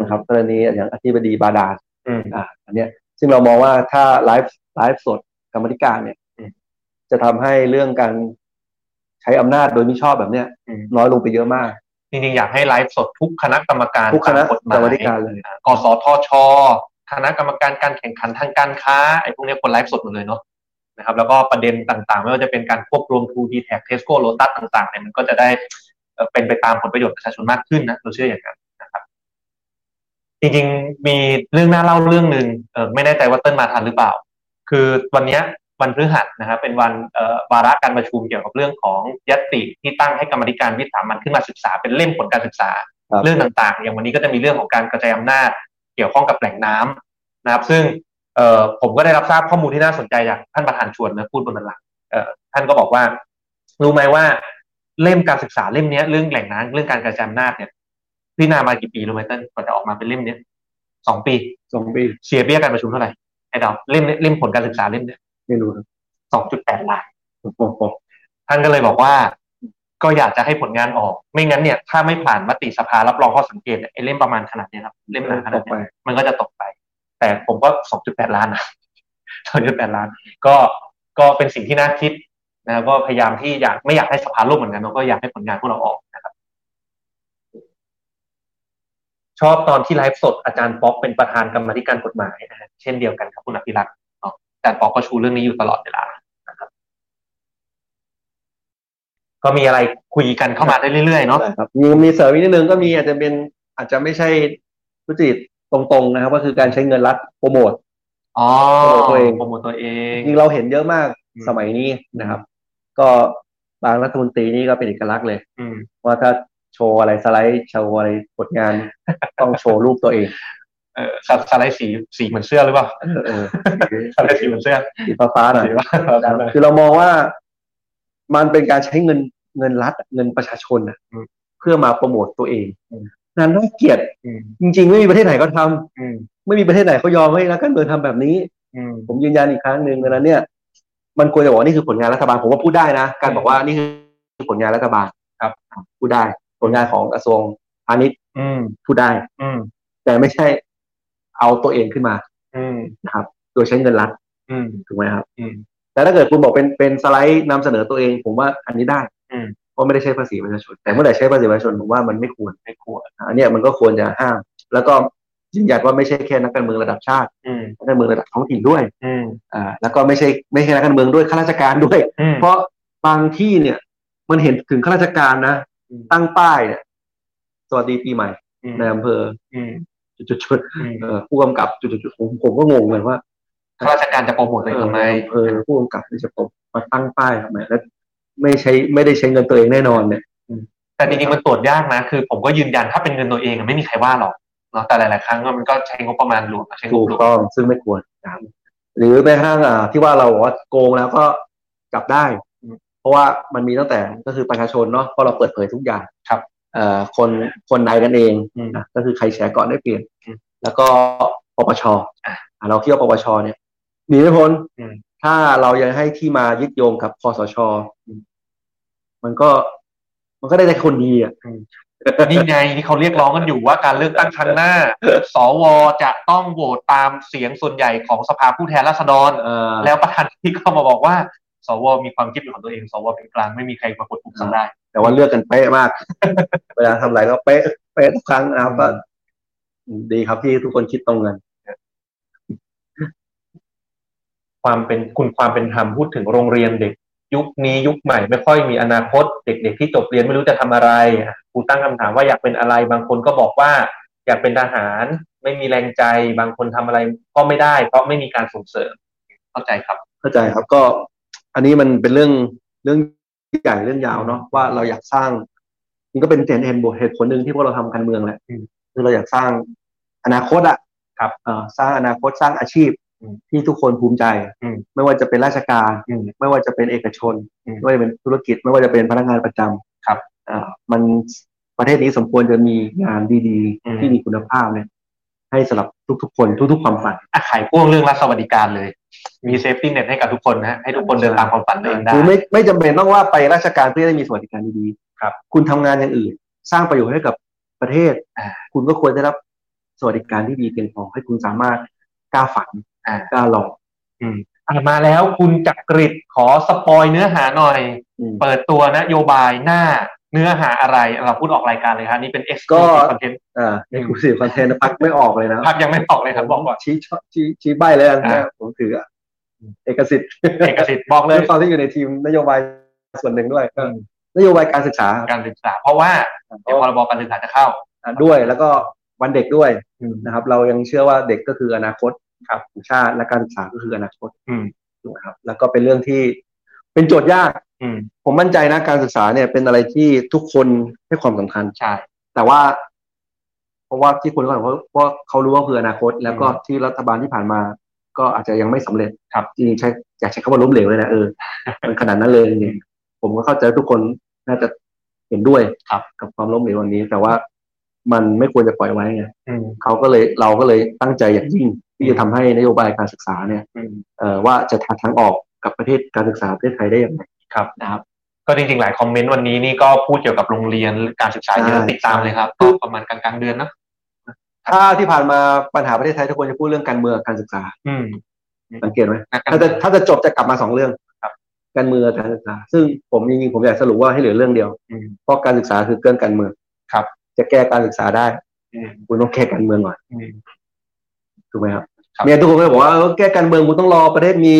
Speaker 2: นะครับ กรณีอย่างอธิบดีบาดาล
Speaker 1: อืม
Speaker 2: อ่าอันเนี้ยซึ่งเรามองว่าถ้าไลฟ์ไลฟ์สดกรรมธิการเนี่ย
Speaker 1: อืม
Speaker 2: จะทำให้เรื่องการใช้อำนาจโดยมิชอบแบบเนี้ย
Speaker 1: อืม
Speaker 2: น้อยลงไปเยอะมาก
Speaker 1: จริงๆ อยากให้ไลฟ์สดทุกคณะกรรมการ
Speaker 2: ทุกคณะ
Speaker 1: ตามกฎห
Speaker 2: กร
Speaker 1: มาย
Speaker 2: รมธิการเลย
Speaker 1: อ่ากสทช คณะกรรมการการแข่งขันทางการค้าไอ้พวกเนี้ยคนไลฟ์สดหมดเลยเนาะนะครับ แล้วก็ประเด็นต่างๆ ไม่ว่าจะเป็นการควบรวม t ูดีแท็กเทสโก้โลตัสต่างๆเนี่ยมันก็จะได้ อ่อเป็นไปตามผลประโยชน์ประชาชนมากขึ้นนะเราเชื่ออย่างนั้นนะครับ จริงๆมีเรื่องน่าเล่าเรื่องหนึ่งเอ่อไม่แน่ใจว่าเต้นมาทันหรือเปล่า คือวันเนี้ยวันพฤหัสนะครับเป็นวันเอ่อวาระการประชุมเกี่ยวกับเรื่องของยตติที่ตั้งให้กรรมธิการวิสามันขึ้นมาศึกษาเป็นเล่มผลการศึกษา
Speaker 2: ครับ
Speaker 1: เรื่องต่างๆ อย่างวันนี้ก็จะมีเรื่องของการกระจายอำนาจ เกี่ยวข้องกับแหล่งน้ำนะครับ ซึ่งเอ่อผมก็ได้รับทราบข้อมูลที่น่าสนใจจากท่านประธานชวนนะพูดบนบันลังก์เอ่อท่านก็บอกว่า รู้ไหมว่าเล่มการศึกษาเล่มเนี้ยเรื่องแหล่งน้ำเรื่องการกระจายอำนาจเนี่ยพิจารณามากี่ปีรู้ไหมเต้นกว่าจะออกมาเป็นเล่มเนี้ยสองปี
Speaker 2: สองปี
Speaker 1: เสียเบี้ยการประชุมเท่าไหร่ไอ้ดาวเล่มเนี้ยเล่มผลการศึกษาเล่มเนี้ย
Speaker 2: ไม่รู้ครับ
Speaker 1: สองจุดแปดล้าน
Speaker 2: โอ้โห
Speaker 1: ท่านก็เลยบอกว่า ก็อยากจะให้ผลงานออก ไม่งั้นเนี่ย ถ้าไม่ผ่านมติสภารับรองข้อสังเกตเนี่ยไอ้เล่มประมาณขนาดเนี้ยครับเล่มหนาข
Speaker 2: ต
Speaker 1: นาด
Speaker 2: ก
Speaker 1: เนี้
Speaker 2: ไป
Speaker 1: ยมันก็จะตกไป แต่ผมก็ 2.8 ล้านนะ 2.8 ล้าน ก็ก็เป็นสิ่งที่น่าคิดนะครับก็พยายามที่อยากไม่อยากให้สภาล่มเหมือนกันเราก็อยากให้ผลงานพวกเราออกนะครับ ชอบตอนที่ไลฟ์สดอาจารย์ป๊อกเป็นประธานกรรมาธิการกฎหมายนะฮะเช่นเดียวกันครับคุณอภิรักษ์เนาะอาจารย์ป๊อกก็ชูเรื่องนี้อยู่ตลอดเวลา ก็มีอะไรคุยกันเข้ามาได้เรื่อยๆเนาะ
Speaker 2: ได้ครับมีมีเสริมอีกนิด นึงก็มีอาจจะเป็นอาจจะไม่ใช่ทุจริตตรงๆนะครับ ก็คือการใช้เงินรัฐโปรโมท
Speaker 1: อ๋อ
Speaker 2: โปรโมทตัวเอง
Speaker 1: โปรโมทตัวเอง
Speaker 2: จริงๆเราเห็นเยอะมาก
Speaker 1: อืม
Speaker 2: สมัยนี้นะครับ ก็บางรัฐมนตรีนี่ก็เป็นเอกลักษณ์เลย
Speaker 1: อืม
Speaker 2: ว่าถ้าโชว์อะไรสไลด์โชว์อะไรผลงาน ต้องโชว์รูปตัวเอง
Speaker 1: เออสสไลด์สีสีเหมือนเสื้อหรือเปล่า
Speaker 2: เออเออ
Speaker 1: สไลด์สีเหมือนเสื้อ
Speaker 2: สีฟ้าๆหน่อย
Speaker 1: สีว่า
Speaker 2: คือเรามองว่ามันเป็นการใช้เงินเงินรัฐเงินประชาชนน่ะเพื่อมาโปรโมทตัวเองนั้นน่าเกลียด
Speaker 1: อืม
Speaker 2: จริง ๆ ไม่มีประเทศไหนเขาท
Speaker 1: อืม
Speaker 2: ำไม่มีประเทศไหนเขายอมให้นักการเมืองทำแบบนี้
Speaker 1: อืม
Speaker 2: ผมยืนยันอีกครั้งหนึ่งดังนั้นเนี่ย มันควรจะบอกว่านี่คือผลงานรัฐบาลผมว่าพูดได้นะ การบอกว่านี่คือผลงานรัฐบาล
Speaker 1: ครับ
Speaker 2: พูดได้ผลงานของกระทรวงพาณิชย์
Speaker 1: อืม
Speaker 2: พูดได้
Speaker 1: อืม
Speaker 2: แต่ไม่ใช่เอาตัวเองขึ้นมา
Speaker 1: อืม
Speaker 2: นะครับ โดยใช้เงินรัฐ
Speaker 1: อืม
Speaker 2: ถูกไหมครับ
Speaker 1: อืม
Speaker 2: แต่ถ้าเกิดคุณบอกเป็นเป็นสไลด์นำเสนอตัวเอง ผมว่าอันนี้ได้
Speaker 1: อืม
Speaker 2: เพราะไม่ได้ใช้ภาษีประชาชน แต่เมื่อไหร่ใช้ภาษีประชาชนผมว่ามันไม่ควร
Speaker 1: ไม่ควร
Speaker 2: อันเนี้ยมันก็ควรจะห้าม แล้วก็ยืนยันว่าไม่ใช่แค่นักการเมืองระดับชาติ
Speaker 1: อืม
Speaker 2: นักการเมืองระดับท้องถิ่นด้วย
Speaker 1: อืม
Speaker 2: อ่าแล้วก็ไม่ใช่ไม่ใช่นักการเมืองด้วยข้าราชการด้วย
Speaker 1: อืม
Speaker 2: เพราะบางที่เนี่ย มันเห็นถึงข้าราชการนะ
Speaker 1: อืม
Speaker 2: ตั้งป้ายเนี่ยสวัสดีปีใหม่ในอำเภอ
Speaker 1: อืม
Speaker 2: จุดๆ
Speaker 1: อืม
Speaker 2: ๆเอ่อผู้กำกับจุดๆๆผมผมก็งงเหมือนว่า
Speaker 1: ข้าราชการจะโปรโมทตัวเองทำไม
Speaker 2: เออผู้กำกับที่จะตกมาตั้งป้ายทำไมแล้วไม่ใช้ไม่ได้ใช้เงินตัวเองแน่นอนเนี่ย
Speaker 1: แต่จริงๆมันตรวจยากนะคือ ผมก็ยืนยันถ้าเป็นเงินตัวเองอะไม่มีใครว่าหรอกเนาะแต่หลายๆครั้งก็มันก็ใช้งบประมาณหลวงอะใช้ง
Speaker 2: ถู
Speaker 1: บ
Speaker 2: ก
Speaker 1: หลวง
Speaker 2: ต้องซึ่งไม่ควรนะครับหรือแม้กระทั่งอ่าที่ว่าเราบอกว่าโกงแล้วก็จับได้ เพราะว่ามันมีตั้งแต่ก็คือประชาชนเนาะเพราะเราเปิดเผยทุกอย่างเอ่อคนคนในกันเอง
Speaker 1: อืม
Speaker 2: นะก็คือใครแชร์ก่อนได้เปลี่ยน
Speaker 1: อืม
Speaker 2: แล้วก็ปปช
Speaker 1: อ่ะ
Speaker 2: อ่ะเราคิดว่าปปชเนี่ยหนีไม่พ้น
Speaker 1: อืม
Speaker 2: ถ้าเรายังให้ที่มายึดโยงกับคอสช
Speaker 1: อืม
Speaker 2: มันก็มันก็ได้แต่คนดีอ่ะ
Speaker 1: นี่ไงที่เขาเรียกร้องกันอยู่ว่าการเลือกตั้งครั้งหน้า สวจะต้องโหวตตามเสียงส่วนใหญ่ของสภาผู้แทนราษฎร
Speaker 2: เอ่อ
Speaker 1: แล้วประธานที่เข้ามาบอกว่า สวมีความคิดเป็นของตัวเอง สวเป็นกลางไม่มีใครมากดปุ่มสั่งได้
Speaker 2: แต่ว่าเลือกกันเป๊ะมาก เวลาทำอะไรก็เป๊ะเป๊ะทุกครั้งนะครับก็ดีครับที่ทุกคนคิดตรงกัน
Speaker 1: ความเป็นคุณความเป็นธรรมพูดถึงโรงเรียนเด็ก ยุคนี้ยุคใหม่ไม่ค่อยมีอนาคต เด็ก ๆ ที่จบเรียนไม่รู้จะทำอะไรอ่ะครูตั้งคำถามว่าอยากเป็นอะไร บางคนก็บอกว่า อยากเป็นทหาร ไม่มีแรงใจ บางคนทำอะไรก็ไม่ได้ เพราะไม่มีการส่งเสริมเข้าใจครับ
Speaker 2: เข้าใจครับก็ อันนี้มันเป็นเรื่องเรื่องใหญ่เรื่องยาวเนาะว่าเราอยากสร้างมันก็เป็นเหตุเหตุเหตุผลหนึ่งที่พวกเราทำการเมืองแหละ
Speaker 1: อืม
Speaker 2: คือเราอยากสร้างอนาคตอะ
Speaker 1: ครับ
Speaker 2: เอ่อสร้างอนาคตสร้างอาชีพ
Speaker 1: อืม
Speaker 2: ที่ทุกคนภูมิใจ
Speaker 1: อืม
Speaker 2: ไม่ว่าจะเป็นราชการ
Speaker 1: อืม
Speaker 2: ไม่ว่าจะเป็นเอกชน
Speaker 1: อืม
Speaker 2: ไม่ว่าจะเป็นธุรกิจ ไม่ว่าจะเป็นพนักงานประจำ
Speaker 1: ครับ
Speaker 2: อ่ามันประเทศนี้สมควรจะมีงานดี
Speaker 1: อืม
Speaker 2: ๆ ที่มีคุณภาพเนี่ยให้สำหรับทุกๆ คนทุก ๆ ความฝัน
Speaker 1: อ่ะไขพ่วงเรื่องรัฐสวัสดิการเลย มีเซฟตี้เน็ตให้กับทุกคนนะฮะให้ทุกคนเดินตามความฝันตัวเองได้
Speaker 2: คือไม่ไม่จำเป็นต้องว่าไปราชการเพื่อได้มีสวัสดิการดีๆ
Speaker 1: ครับ
Speaker 2: คุณทำงานอย่างอื่น สร้างประโยชน์ให้กับประเทศ
Speaker 1: อ่า
Speaker 2: คุณก็ควรได้รับสวัสดิการที่ดีเพียงพอให้คุณสามารถกล้าฝัน
Speaker 1: อ่า
Speaker 2: กล้าลอง
Speaker 1: อ่ะมาแล้วคุณจักริดขอสปอยเนื้อหาหน่อย
Speaker 2: อืม
Speaker 1: เปิดตัวนโยบายหน้าเนื้อหาอะไรเราพูดออกรายการเลยครับนี่เป็นเอ็กซ์
Speaker 2: ก็
Speaker 1: คอนเทนต์
Speaker 2: อ่าในคุณสื่อคอนเทนต์พักไม่ออกเลยนะ
Speaker 1: พักยังไม่ออก เลยครับบอกก่อน
Speaker 2: ชี้ช่อชี้ชี้ใบเลยนะ
Speaker 1: อ่า
Speaker 2: ผมถืออ่ะเอกสิทธิ์
Speaker 1: เอกสิทธิ์บอกเล
Speaker 2: เรื่
Speaker 1: ย
Speaker 2: องความที่อยู่ในทีมนโยบายส่วนหนึ่งด้วยก็ นโยบายการศึกษาครับ
Speaker 1: การศึกษา เพราะว่าเดี๋ยวพรบการศึกษาจะเข้า
Speaker 2: ด้วย แล้วก็วันเด็กด้วยนะครับ เรายังเชื่อว่าเด็กก็คืออนาคตครับของชาติและการศึกษาก็คืออนาคต
Speaker 1: อืม
Speaker 2: นะครับ แล้วก็เป็นเรื่องที่เป็นโจทย์ยาก
Speaker 1: อืม
Speaker 2: ผมมั่นใจนะการศึกษาเนี่ยเป็นอะไรที่ทุกคนให้ความสำคัญ
Speaker 1: ใช่
Speaker 2: แต่ว่า เพราะว่าที่คนก็บอกว่าเพราะเขารู้ว่าคืออนาคต แล้วก็ที่รัฐบาลที่ผ่านมา ก็อาจจะยังไม่สำเร็จ
Speaker 1: ครับ
Speaker 2: จริงๆใช้อยากใช้คำว่าล้มเหลวเลยนะเออ มันขนาดนั้นเลยจริงๆผมก็เข้าใจว่าทุกคนน่าจะเห็นด้วย
Speaker 1: ครับ
Speaker 2: กับความล้มเหลววันนี้ แต่ว่ามันไม่ควรจะปล่อยไว้ไง
Speaker 1: อืม
Speaker 2: เขาก็เลยเราก็เลยตั้งใจอย่างยิ่ง ที่จะทำให้นโยบายการศึกษาเนี่ย
Speaker 1: อืม
Speaker 2: เอ่อว่าจะหาทางออกกับประเทศการศึกษาประเทศไทยได้อย่างไร
Speaker 1: ครับนะครับก็จริงๆ หลายคอมเมนต์วันนี้นี่ก็พูดเกี่ยวกับโรงเรียนการศึกษาเยอะ
Speaker 2: ใช่
Speaker 1: ติดตามเลยครับ
Speaker 2: คื
Speaker 1: ก็
Speaker 2: อ
Speaker 1: ประมาณกลางๆเดือนนะ
Speaker 2: ถ้าที่ผ่านมาปัญหาประเทศไทยทุกคนจะพูดเรื่องการเมืองกับการศึกษา
Speaker 1: อืม
Speaker 2: สังเกตไหม
Speaker 1: นะครั
Speaker 2: ถ้าจะ
Speaker 1: บ
Speaker 2: ถ้าจะจบจะกลับมาสองเรื่อง
Speaker 1: ครับ
Speaker 2: การเมืองกับการศึกษา ซึ่งผมจริงๆผมอยากสรุปว่าให้เหลือเรื่องเดียว
Speaker 1: อืม
Speaker 2: เพราะการศึกษาคือเรื่องการเมือง
Speaker 1: ครับ
Speaker 2: จะแก้การศึกษาได้
Speaker 1: อืม
Speaker 2: คุณต้องแก้การเมืองก่อน
Speaker 1: อืม
Speaker 2: ถูกไหมครับ
Speaker 1: ครับ
Speaker 2: เนี่ยทุกคนก็เลยบอกว่าเออแก้การเมืองคุณต้องรอประเทศมี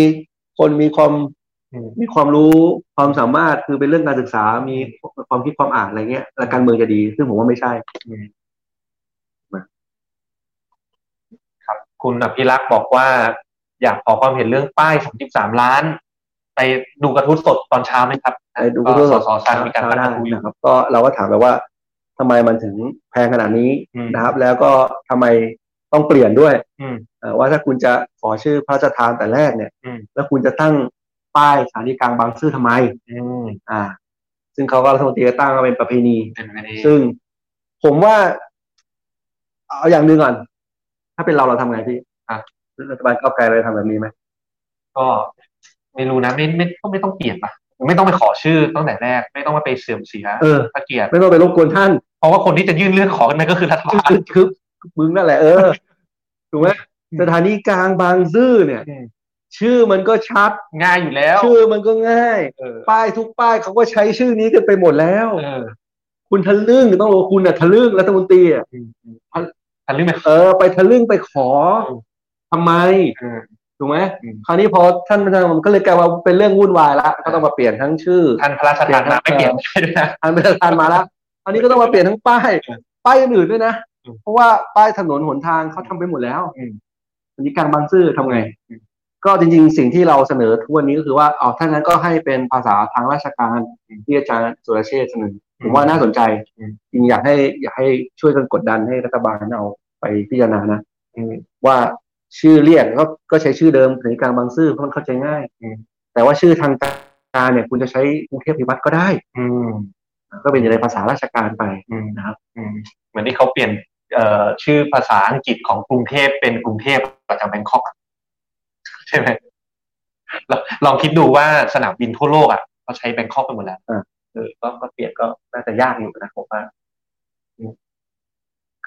Speaker 2: คนมีความ
Speaker 1: อืม
Speaker 2: มีความรู้ความสามารถคือเป็นเรื่องการศึกษา มีความคิดความอ่านอะไรเงี้ยแล้วการเมืองจะดี ซึ่งผมว่าไม่ใช่
Speaker 1: ครับ คุณอภิรักษ์บอกว่า อยากขอความเห็นเรื่องป้าย 33 ล้าน ไปดูกระทู้สดตอนเช้าไหมครับ
Speaker 2: ไอ้ดูก็
Speaker 1: สอสอซันมีการตั้งก
Speaker 2: ได้
Speaker 1: ระทู้อยู่
Speaker 2: นะครับ ก็เราก็ถามไปว่าทำไมมันถึงแพงขนาดนี้
Speaker 1: อืม
Speaker 2: นะครับ แล้วก็ทำไมต้องเปลี่ยนด้วย
Speaker 1: อืม
Speaker 2: เอ่อว่าถ้าคุณจะขอชื่อพระราชทานแต่แรกเนี่ย
Speaker 1: อืม
Speaker 2: แล้วคุณจะตั้งป้ายสถานีกลางบางซื่อทำไม
Speaker 1: อืม
Speaker 2: อ่า ซึ่งเขาก็รัฐมนตรีก็ตั้งมาเป็นประเพณี
Speaker 1: เป็นไปได้
Speaker 2: ซึ่งผมว่า เอาอย่างหนึ่งก่อน ถ้าเป็นเราเราทำไงพี่รัฐบาลก้าวไกลเราจะทำแบบนี้ไหม
Speaker 1: ก็ไม่รู้นะไม่ไม่ก็ไม่ต้องเปลี่ยนปะไม่ต้องไปขอชื่อตั้งแต่แรก ไม่ต้องมาไปเสื่อมเสีย
Speaker 2: เออ
Speaker 1: พระเกียรติ
Speaker 2: ไม่ต้องไปรบกวนท่าน
Speaker 1: เพราะว่าคนที่จะยื่นเรื่องขอกันนั่นก็คือรัฐบาล
Speaker 2: คือคือมึงนั่นแหละเออถูกไหมสถานีกลางบางซื่อเนี่ย
Speaker 1: อืม
Speaker 2: ชื่อมันก็ชัด
Speaker 1: ง่ายอยู่แล้ว
Speaker 2: ชื่อมันก็ง่าย
Speaker 1: เออ
Speaker 2: ป้ายทุกป้ายเขาก็ใช้ชื่อนี้กันไปหมดแล้ว
Speaker 1: เออ
Speaker 2: คุณทะลึ่งต้องรู้ว่าคุณน่ะทะลึ่งรัฐมนตรีอะ
Speaker 1: ทันหรือไม่
Speaker 2: เออ ไปทะลึ่งไปขอ
Speaker 1: เออ
Speaker 2: ทำไม
Speaker 1: เออ
Speaker 2: ถูกไหม
Speaker 1: อืม
Speaker 2: คราวนี้พอท่านประธานมันก็เลยกลายมาเป็นเรื่องวุ่นวายละก็ต้องมาเปลี่ยนทั้งชื่อ
Speaker 1: ทันพระราชทานมาไม่เปลี่ยนไม่ได้นะ
Speaker 2: อันเป็นทานมาแล้วอันนี้ก็ต้องมาเปลี่ยนทั้งป้าย ป้ายอื่นๆด้วยนะ
Speaker 1: อืม
Speaker 2: เพราะว่าป้ายถนนหนทางเขาทำไปหมดแล้ว
Speaker 1: อืม
Speaker 2: อันนี้กลางบางซื่อทำไง
Speaker 1: อืม
Speaker 2: ก็จริงๆ สิ่งที่เราเสนอทุกวันนี้ก็คือว่าเอาถ้างั้นก็ให้เป็นภาษาทางราชการที่อาจารย์สุรเชษฐ์เสนอผมว่าน่าสนใจ
Speaker 1: อืม
Speaker 2: จริงอยากให้อยากให้ช่วยกันกดดันให้รัฐบาลเอาไปพิจารณานะ
Speaker 1: อืม
Speaker 2: ว่าชื่อเรียกก็ก็ใช้ชื่อเดิมสถานีกลางบางซื่อเพราะมันเข้าใจง่าย
Speaker 1: อืม
Speaker 2: แต่ว่าชื่อทางการเนี่ยคุณจะใช้กรุงเทพพิวัตรก็ได้
Speaker 1: อืม
Speaker 2: ก็เป็นอยู่ในภาษาราชการไป
Speaker 1: อืม
Speaker 2: นะครับ
Speaker 1: อืมเหมือนที่เขาเปลี่ยนเอ่อชื่อภาษาอังกฤษของกรุงเทพเป็นกรุงเทพมาจากแบงคอกใช่ไหมลองลองคิดดูว่าสนามบินทั่วโลกอ่ะเขาใช้แบงคอกไปหมดแล้ว
Speaker 2: อ่า
Speaker 1: เออก็ก็เปลี่ยนก็น่าจะยากอยู่นะผมว่าอืม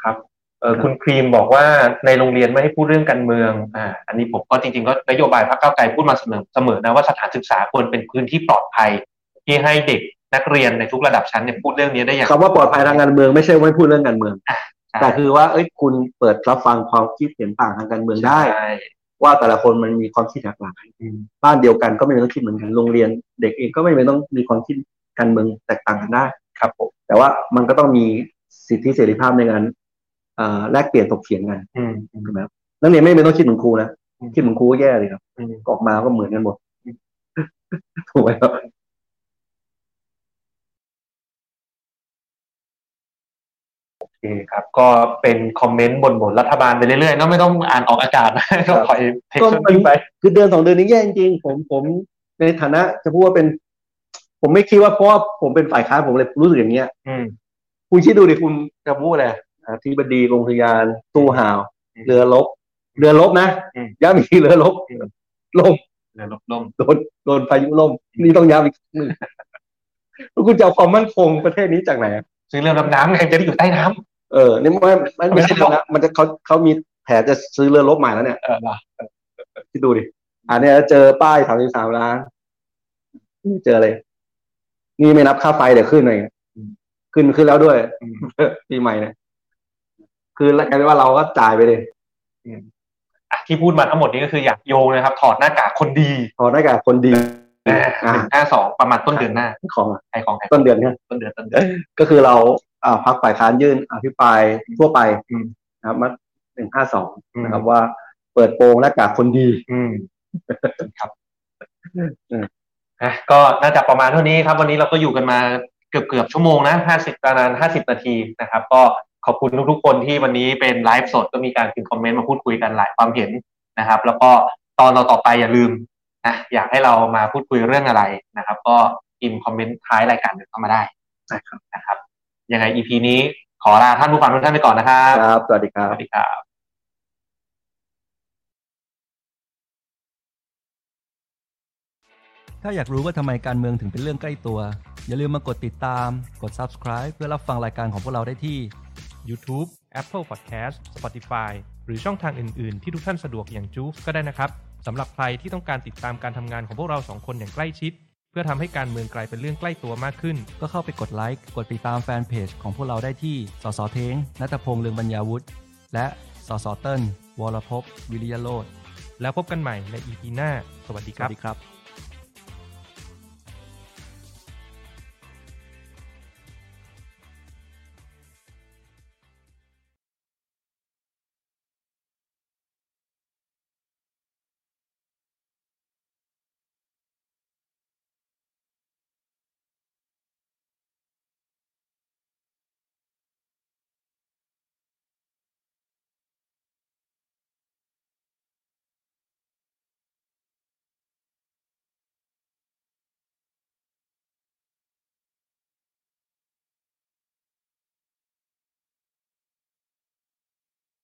Speaker 1: ครับเออคุณครีมบอกว่าในโรงเรียนไม่ให้พูดเรื่องการเมือง อ่า อันนี้ผมก็จริงๆก็นโยบายพรรคก้าวไกลพูดมาเสมอเสมอนะว่าสถานศึกษาควรเป็นพื้นที่ปลอดภัย ที่ให้เด็กนักเรียนในทุกระดับชั้นเนี่ยพูดเรื่องนี้ได้อย่าง
Speaker 2: คำว่าปลอดภัยทางการเมืองไม่ใช่ว่าไม่พูดเรื่องการเมือง
Speaker 1: อ่ะใช่
Speaker 2: แต่คือว่าเอ้ยคุณเปิดรับฟังความคิดเห็นต่างทางการเมืองได้
Speaker 1: ใช่
Speaker 2: ว่าแต่ละคนมันมีความคิดหลากหลาย
Speaker 1: อืม
Speaker 2: บ้านเดียวกันก็ไม่เป็นต้องคิดเหมือนกันโรงเรียน เด็กเองก็ไม่เป็นต้องมีความคิดการเมืองแตกต่างกันได้
Speaker 1: ครับผม
Speaker 2: แต่ว่ามันก็ต้องมีสิทธิเสรีภาพในการเอ่อแลกเปลี่ยนถกเถียงกัน
Speaker 1: อืมอืม
Speaker 2: ถูกไหมครับนักเรียนไม่เป็นต้องคิดเหมือนครูนะ
Speaker 1: อืม
Speaker 2: คิดเหมือนครูก็แย่เลยครับ
Speaker 1: อืม
Speaker 2: ออกมาก็เหมือนกันหมด
Speaker 1: อืม
Speaker 2: ถูกไหมครับ
Speaker 1: โอเคครับ ก็เป็นคอมเมนต์บนบนๆรัฐบาลไปเรื่อยๆก็ไม่ต้องอ่านออกอากาศนะ ก็ปล่อยเทค
Speaker 2: ก็
Speaker 1: ชั่
Speaker 2: มัน
Speaker 1: นไป
Speaker 2: คือเดือนสองเดือนนี้แย่จริงๆผมผมในฐานะจะพูดว่าเป็น ผมไม่คิดว่าเพราะว่าผมเป็นฝ่ายค้านผมเลยรู้สึกอย่างเงี้ย
Speaker 1: อืม
Speaker 2: คุณคิดดูดิคุณจะพูดอะไรอ่าที่บดีกรมอุทยานตู้ห่าว
Speaker 1: อืม
Speaker 2: เรือลบ เรือลบนะ
Speaker 1: อืม
Speaker 2: ย้ำอีกทีเรือลบ
Speaker 1: อืม
Speaker 2: ล่ม
Speaker 1: เรือลบล่ม
Speaker 2: โดนโดนพายุล่มนี่ต้องย้ำอีกครั้ งหนึ่งแล้วคุณจะเอาความมั่นคงประเทศนี้จากไหนอะ
Speaker 1: ซื้อเรือดำน้ำไงจะได้อยู่ใต้น้
Speaker 2: เออนี่ไม่ไม่ไม่ใช่นะมันจะเขาเขามีแผนจะซื้อเรือลบใหม่แล้วเนี่ย
Speaker 1: ำเออว่ะ
Speaker 2: คิดดูดิอันเนี้ยเจอป้ายสามสิบสามล้านนี่เจอเลย นี่ไม่นับค่าไฟเดี๋ยวขึ้นหน่อยขึ้นขึ้นแล้วด้วย
Speaker 1: อืม
Speaker 2: ปีใหม่เนี่ยคือแล้วกันว่าเราก็จ่ายไปเลย
Speaker 1: อ่ะที่พูดมาทั้งหมดนี้ก็คืออยากโยงนะครับ ถอดหน้ากากคนดี
Speaker 2: ถอดหน้ากากคนดี
Speaker 1: หนึ่งห้าสองประมาณต้นเดือนหน้า
Speaker 2: ของ
Speaker 1: ใครของใคร
Speaker 2: ต้นเดือนเนี่ย
Speaker 1: ต้นเดือนต้นเดือน
Speaker 2: ก็คือเราอ่าพักฝ่ายค้านยื่นอภิปรายทั่วไป
Speaker 1: อืม
Speaker 2: นะครับมาหนึ่งห้าสอง
Speaker 1: อืม
Speaker 2: นะครับว่าเปิดโปงหน้ากากคนดี
Speaker 1: อืมครับอ่ะก็น่าจะประมาณเท่านี้ครับ วันนี้เราก็อยู่กันมาเกือบเกือบๆชั่วโมงนะห้าสิบประมาณห้าสิบนาทีนะครับ ก็ขอบคุณทุกๆคนที่วันนี้เป็นไลฟ์สดก็มีการพิมพ์คอมเมนต์มาพูดคุยกันหลายความเห็นนะครับ แล้วก็ตอนเราต่อไปอย่าลืมนะอยากให้เรามาพูดคุยเรื่องอะไรนะครับ ก็พิมพ์คอมเมนต์ท้ายรายการกันเข้ามาได้นะครับนะครับยังไง EP นี้ขอลาท่านผู้ฟังทุกท่านไปก่อนนะครับ
Speaker 2: ครับ สวัสดีครั
Speaker 1: ส
Speaker 2: บ
Speaker 1: วัสดีครับ
Speaker 3: ถ้าอยากรู้ว่าทำไมการเมืองถึงเป็นเรื่องใกล้ตัว อย่าลืมมากดติดตาม กด subscribe เพื่อรับฟังรายการของพวกเราได้ที่
Speaker 4: YouTube, Apple Podcast, Spotify หรือช่องทางอื่น ๆ ที่ทุกท่านสะดวกอย่างจูฟก็ได้นะครับ สำหรับใครที่ต้องการติดตามการทำงานของพวกเราสองคนอย่างใกล้ชิด เพื่อทำให้การเมืองกลายเป็นเรื่องใกล้ตัวมากขึ้น
Speaker 3: ก็เข้าไปกดไลค์ กดติดตามแฟนเพจของพวกเราได้ที่ สสเทงนัทพงษ์เลืองบรรยาวุฒิ และสสเติ้ลวรภพวิริยโรธ
Speaker 4: แล้วพบกันใหม่ใน EP หน้า สวัสดี
Speaker 3: ส
Speaker 4: ค
Speaker 3: วั
Speaker 4: รั
Speaker 3: ส
Speaker 4: บ
Speaker 3: ดีครับ